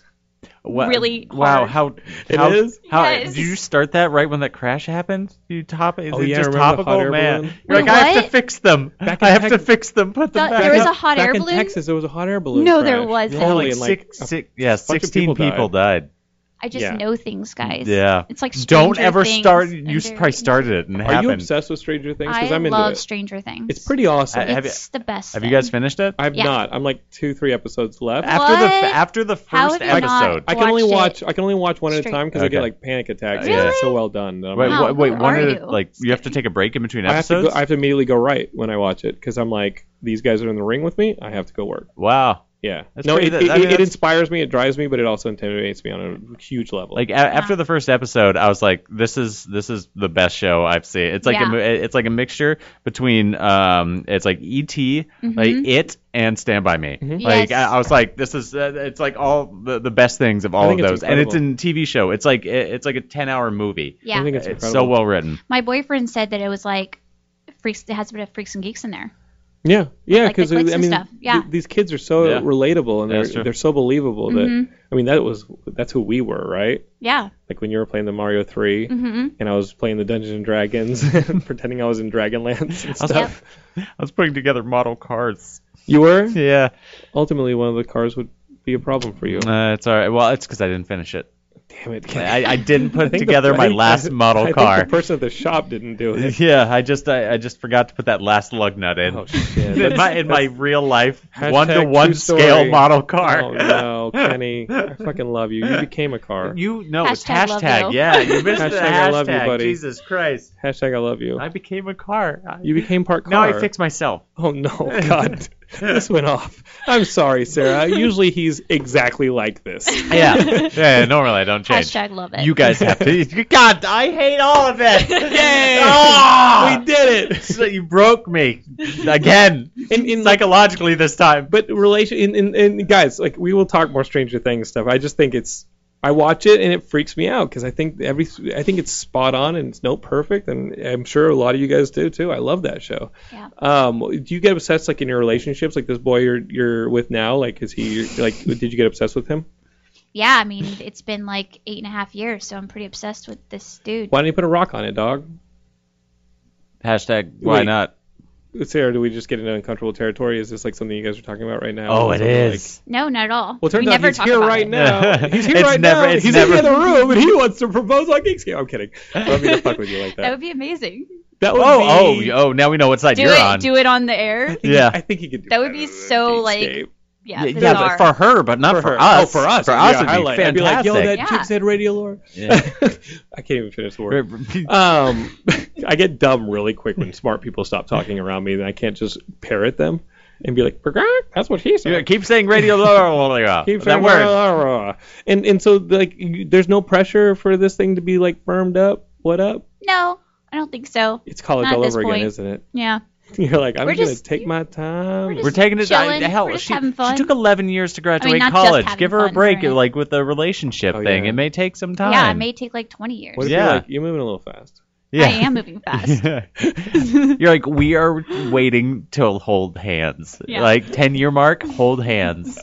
Wha-
really
wow
hard.
how
It
how,
is?
how
Yes.
did you start that right when that crash happened you top is
Oh,
it
yeah,
just
remember the hot
topical
air
man
balloon?
you're
Wait,
like i have to
what?
fix them
Back in
i have to
Texas-
fix them put them
The-
back
there was
up.
a hot
back
air
in
balloon?
Texas, there was a hot air balloon.
No, there
crash.
wasn't.
yeah,
Totally,
like
and, like,
six, six, yeah,
bunch of
16
people
people died.
I just
Yeah.
know things, guys.
Yeah.
It's like
Don't
Stranger
ever
Things
start.
and
You
they're-
probably started it and it
Are you
happened.
obsessed with Stranger Things?
I
Because I'm into
love
it.
Stranger Things.
It's pretty awesome.
I- have you-
it's the best.
Have you
thing.
guys finished it?
I'm
Yeah.
not. I'm like two, three episodes left.
After the
What?
after the
How
first
have you not-
episode.
I can only
watched
watch.
it.
I can only watch one at a
Straight-
time because I get
Okay.
like panic attacks.
Really?
Yeah, it's so well done. that I'm
Wait,
like,
Wow,
wait, wait
who
one
are
at a,
you?
like you have to take a break in between
I have to.
episodes.
Go, I have to immediately go right when I watch it because I'm like, these guys are in the ring with me. I have to go work.
Wow.
Yeah.
That's
no,
pretty-
it,
that-
it,
I mean,
it
that's-
inspires me. It drives me, but it also intimidates me on a huge level.
Like a- after the first episode, I was like, "This is this is the best show I've seen." It's like a
Yeah.
mo- it's like a mixture between um, it's like ET, like it, and Stand by Me.
Mm-hmm.
Like
Mm-hmm. Yes.
I, I was like, "This is uh, it's like all the, the best things of all of
think it's
those," and it's
incredible.
in TV show. It's like it, it's like a ten hour movie.
I think
Yeah.
it's,
It's, so
incredible.
well written.
My boyfriend said that it was like freaks. It has a bit of freaks and geeks in there.
Yeah, yeah,
Like the
because
clicks
I
and
mean,
stuff. Yeah.
th- these kids are so
Yeah.
relatable and
Yeah, that's
they're
true.
they're so believable that
Mm-hmm.
I mean that was that's who we were, right?
Yeah.
Like when you were playing the Mario 3
Mm-hmm.
and I was playing the Dungeons and Dragons, pretending I was in Dragonlance and
I was,
stuff.
I was putting together model cars.
You were
Yeah,
ultimately one of the cars would be a problem for you.
uh, it's all right. Well, it's because I didn't finish it.
damn it!
I, I didn't
I
put
think the-
together
I
my
think-
last model
I think
car.
the person at the shop didn't do it.
yeah, I just I, I just forgot to put that last lug nut in.
Oh shit!
in my in my real life
Hashtag
one to one
true story.
scale model car.
Oh no, Kenny! I fucking love you. You became a car.
You no, it's
Hashtag love
hashtag.
you.
Yeah, you missed the
Hashtag
hashtag.
I love you, buddy.
Jesus Christ!
Hashtag I love you.
I became a car. I,
You became part car.
now I fix myself.
Oh no, God! this went off. I'm sorry, Sarah. Usually he's exactly like this.
Yeah, yeah. normally I don't change.
Hashtag love it.
You guys have to. God, I hate all of it.
Yay!
Ah!
We did it.
So you broke me again
In, in like,
psychologically this time.
but relation in, in, in guys, like we will talk more Stranger Things stuff. I just think it's I watch it and it freaks me out because I think every I think it's spot on and it's no perfect and I'm sure a lot of you guys do too. I love that show.
Yeah.
Um, do you get obsessed like in your relationships? Like this boy you're you're with now, like is he like did you get obsessed with him?
yeah, I mean, it's been like eight and a half years, so I'm pretty obsessed with this dude.
Why don't you put a rock on it, dog?
Hashtag
why Wait.
not?
Sarah, do we just get into uncomfortable territory? Is this like something you guys are talking about right now?
Oh,
Is
it
something,
is.
No, not at all.
Well, it turns
we
out
never
he's
talk
here
about
right
it.
now. He's here
It's
right
never-
now.
it's
He's
never-
in the other room, and he wants to propose on Geekscape. I'm kidding. I don't mean to fuck with you like
That
that.
would be amazing.
That would
Oh,
be,
oh, oh! Now we know what side
Do
you're
it.
on.
Do it on the air.
yeah.
I think he could. Do
That would
better
be
than
so, like,
Geekscape.
Yeah,
yeah, but
bizarre.
for her, but not for,
her.
us.
Oh, for us.
for
It'd
us,
be a
would be
highlight.
fantastic.
I'd be like, yo, that
Yeah.
chick said radio lore.
Yeah.
I can't even finish the word. Um, I get dumb really quick when smart people stop talking around me, and I can't just parrot them and be like, "Grr, that's what he said.
You keep saying radio Laura.
Keep
that
saying
word.
rah, rah, rah. And and so like you- there's no pressure for this thing to be like firmed up. What up?
No, I don't think so.
It's college
Not at
all
this
over again,
point.
isn't it?
Yeah.
You're like I'm
We're
gonna
just-
take my time.
We're taking it.
chilling.
I, hell,
We're just
she,
having
she
fun.
took 11 years to graduate
not just
college.
having
Give her a
fun,
break,
right?
like with the relationship
Oh,
thing.
yeah.
It may take some time.
Yeah, it may take like 20 years.
what if
Yeah.
you're like you're moving a little fast?
Yeah.
I am moving fast.
You're like, we are waiting to hold hands.
Yeah.
Like 10 year mark, hold hands.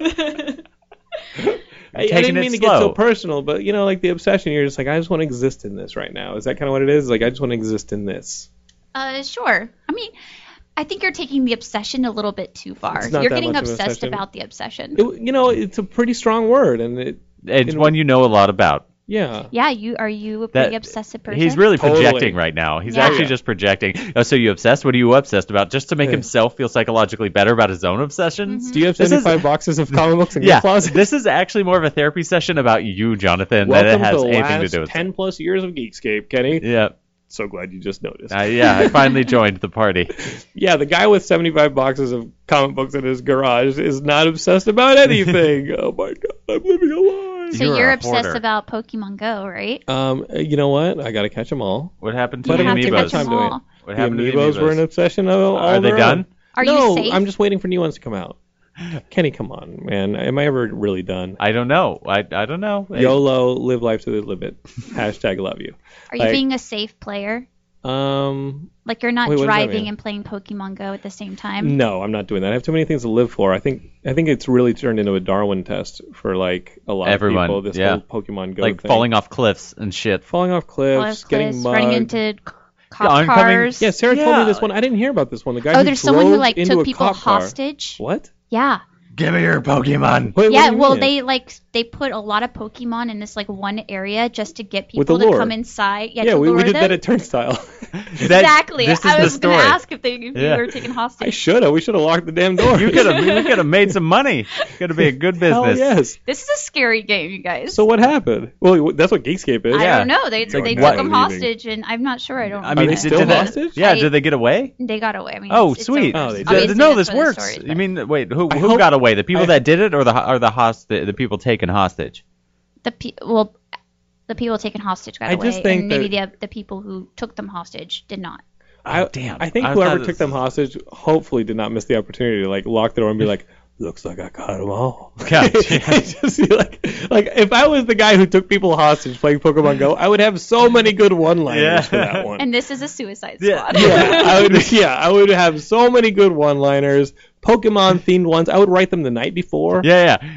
I, I
Taking
didn't
it
mean to
slow.
get so personal, but you know, like the obsession, you're just like I just want to exist in this right now. Is that kind of what it is? Like I just want to exist in this.
Uh, sure. I mean, I think you're taking the obsession a little bit too far.
It's not
You're
that
getting
much of an
obsessed
obsession.
about the obsession.
It, you know, it's a pretty strong word, and it
It's
In-
one you know a lot about.
yeah.
yeah, you are you a
That-
pretty obsessive person?
He's really
Totally.
projecting right now. He's
Yeah.
actually
Yeah.
just projecting. Oh, so you obsessed? What are you obsessed about? Just to make
Yeah.
himself feel psychologically better about his own obsessions?
Mm-hmm.
Do you have
This is-
75 boxes of comic books in
Yeah,
your closet?
this is actually more of a therapy session about you, Jonathan, than it
Welcome to
has
the
anything to
last
do with.
10 plus years of Geekscape, Kenny.
Yeah,
So glad you just noticed.
I- yeah, I finally joined the party.
Yeah, the guy with 75 boxes of comic books in his garage is not obsessed about anything. oh my god, I'm living a lie.
so
you're
you're,
a
obsessed
hoarder.
about Pokemon Go, right?
Um, you know what? I gotta catch them all.
What happened to
What
the
you have
happened
to
Amiibos.
amiibos?
catch
Time
them
doing?
all.
The
What happened to the
amiibos were an obsession of all
Are they
their
done?
own.
Are
no,
you safe?
I'm just waiting for new ones to come out. Kenny, come on, man. Am I ever really done?
I don't know. I, I don't know.
YOLO, live life to the limit. Hashtag love you.
Are you
like-
being a safe player?
Um,
Like you're not
Wait, what does that mean?
driving and playing Pokemon Go at the same time?
No, I'm not doing that. I have too many things to live for. I think I think it's really turned into a Darwin test for like a lot
Everyone,
of people. This
yeah.
whole Pokemon Go
like
thing.
falling off cliffs and shit.
falling off cliffs,
Cliffs,
getting mugged.
running into c- cop
oncoming-
cars.
yeah, Sarah told
Yeah.
me this one. I didn't hear about this one. The guy
oh,
who
there's someone who
drove
like
into
took
a
people
cop car.
hostage.
What?
Yeah.
Give me your Pokemon.
Wait, what
yeah,
do you
well
mean?
they like they put a lot of Pokemon in this like one area just to get
With the
people to
lure.
come inside. Yeah,
yeah,
to
we,
lure
we did
them.
that at Turnstile.
exactly.
This is
I
the
was
story.
gonna ask if they if
Yeah.
you were taken
I
hostage.
should have. We should have locked the damn door.
You could have you could have made some money. Could have been a good
Hell
business.
yes.
this is a scary game, you guys.
So what happened? Well, that's what Geekscape is.
I
yeah.
don't know. They
like,
they
why
took them
leaving?
hostage, and I'm not sure. I don't.
I
Are
mean,
they
did-
still
did they-
hostage?
yeah,
I-
did they get away?
they got away. I mean,
Oh,
it's- it's
sweet.
over.
Oh, they did.
Obviously,
no,
that's
this
where the
works.
story is,
You mean, wait, who,
I
who
hope-
got away? The people
I-
that did it, or the ho- or the host the, the people taken hostage?
but the pe- well, the people taken hostage got
I
away,
just think
and maybe the the people who took them hostage did not.
I,
Oh, damn.
I think
I
whoever
thought
took them hostage hopefully did not miss the opportunity to like lock the door and be like, "Looks like I caught them all."
Yeah.
Just be like, like if I was the guy who took people hostage playing Pokemon Go, I would have so many good one-liners
Yeah.
for that one.
And this is a suicide
Yeah.
squad.
yeah, I would. Yeah, I would have so many good one-liners, Pokemon themed ones. I would write them the night before.
Yeah, yeah.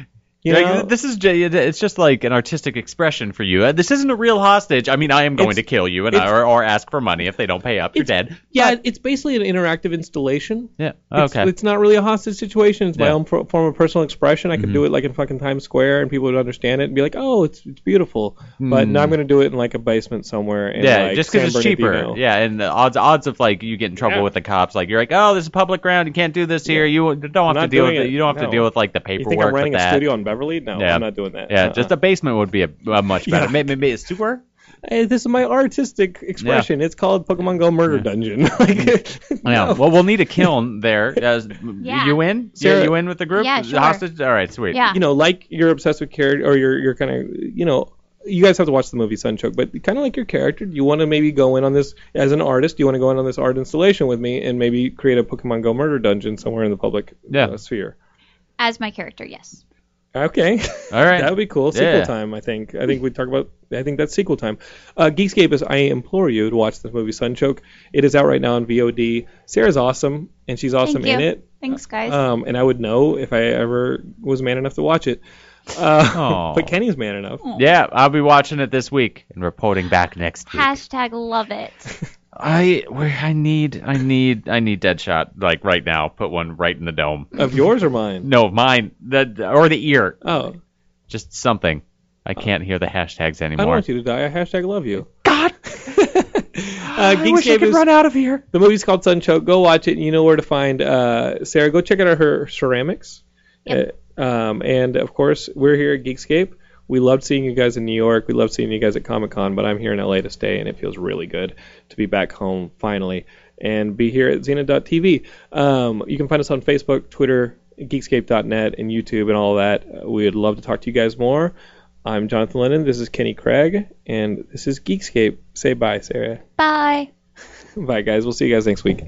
You
Like,
know?
this is j- it's just like an artistic expression for you. Uh, This isn't a real hostage. I mean, I am going
It's-
to kill you and
it's-
or, or ask for money if they don't pay up. You're
It's-
dead.
yeah, it's basically an interactive installation.
Yeah.
It's,
Okay.
it's not really a hostage situation. It's my
Yeah. Mm-hmm.
own pro- form of personal expression. I could do it like in fucking Times Square, and people would understand it and be like, "Oh, it's it's beautiful." But now I'm gonna do it in like a basement somewhere. In,
Mm. yeah,
like,
just because
San
it's cheaper.
Bernardino.
Yeah, and the odds odds of like you get in trouble
Yeah.
with the cops, like you're like, oh, this is public ground, you can't do this here. You don't have
not
to deal with
doing
it.
it.
You don't have
No.
to deal with like the
You
paperwork
think I'm
with
renting a
that.
studio in Beverly? No,
Yeah.
I'm not doing that.
Yeah,
Uh-uh.
just a basement would be a, a much better.
Yeah.
Maybe, maybe a sewer.
Hey, this is my artistic expression. It's called Pokemon Go Murder Dungeon. like,
Yeah.
no.
Well, we'll need a kiln there. Uh, You in?
Sarah-
yeah, you in with the group?
Yeah,
The
sure.
Hostage. All right, sweet.
Yeah.
you know, like you're obsessed with character, or you're you're kind of, you know, you guys have to watch the movie Sunchoke, but kind of like your character, you want to maybe go in on this as an artist. You want to go in on this art installation with me, and maybe create a Pokemon Go murder dungeon somewhere in the public
Yeah.
uh, sphere.
As my character, yes.
Okay,
All right.
that would be cool. Sequel
Yeah.
time, I think. I think we talk about. I think that's sequel time. Uh, Geekscape is. I implore you to watch this movie Sunchoke. It is out right now on VOD. Sarah's awesome, and she's awesome
Thank
in
you.
it.
Thanks, guys.
Um, and I would know if I ever was man enough to watch it. Uh,
Aw.
but Kenny's man enough.
Yeah, I'll be watching it this week and reporting back next week.
Hashtag love it.
I where I need I need I need Deadshot like right now. Put one right in the dome.
Of yours or mine?
No, mine the or the ear.
Oh,
Just something. I can't hear the hashtags
I don't
anymore.
want you to die. I hashtag love you.
God,
Uh,
I wish I
Geekscape
could
is,
run out of here.
the movie's called Sunchoke. Go watch it. and You know where to find uh, Sarah. Go check out her ceramics.
Yep.
Uh, um, and of course, we're here at Geekscape. We loved seeing you guys in New York. We loved seeing you guys at Comic Con, but I'm here in LA to stay, and it feels really good to be back home finally and be here at Xena.tv. Um, you can find us on Facebook, Twitter, Geekscape.net, and YouTube, and all that. We would love to talk to you guys more. I'm Jonathan Lennon. This is Kenny Craig, and this is Geekscape. Say bye, Sarah.
Bye.
Bye, guys. We'll see you guys next week.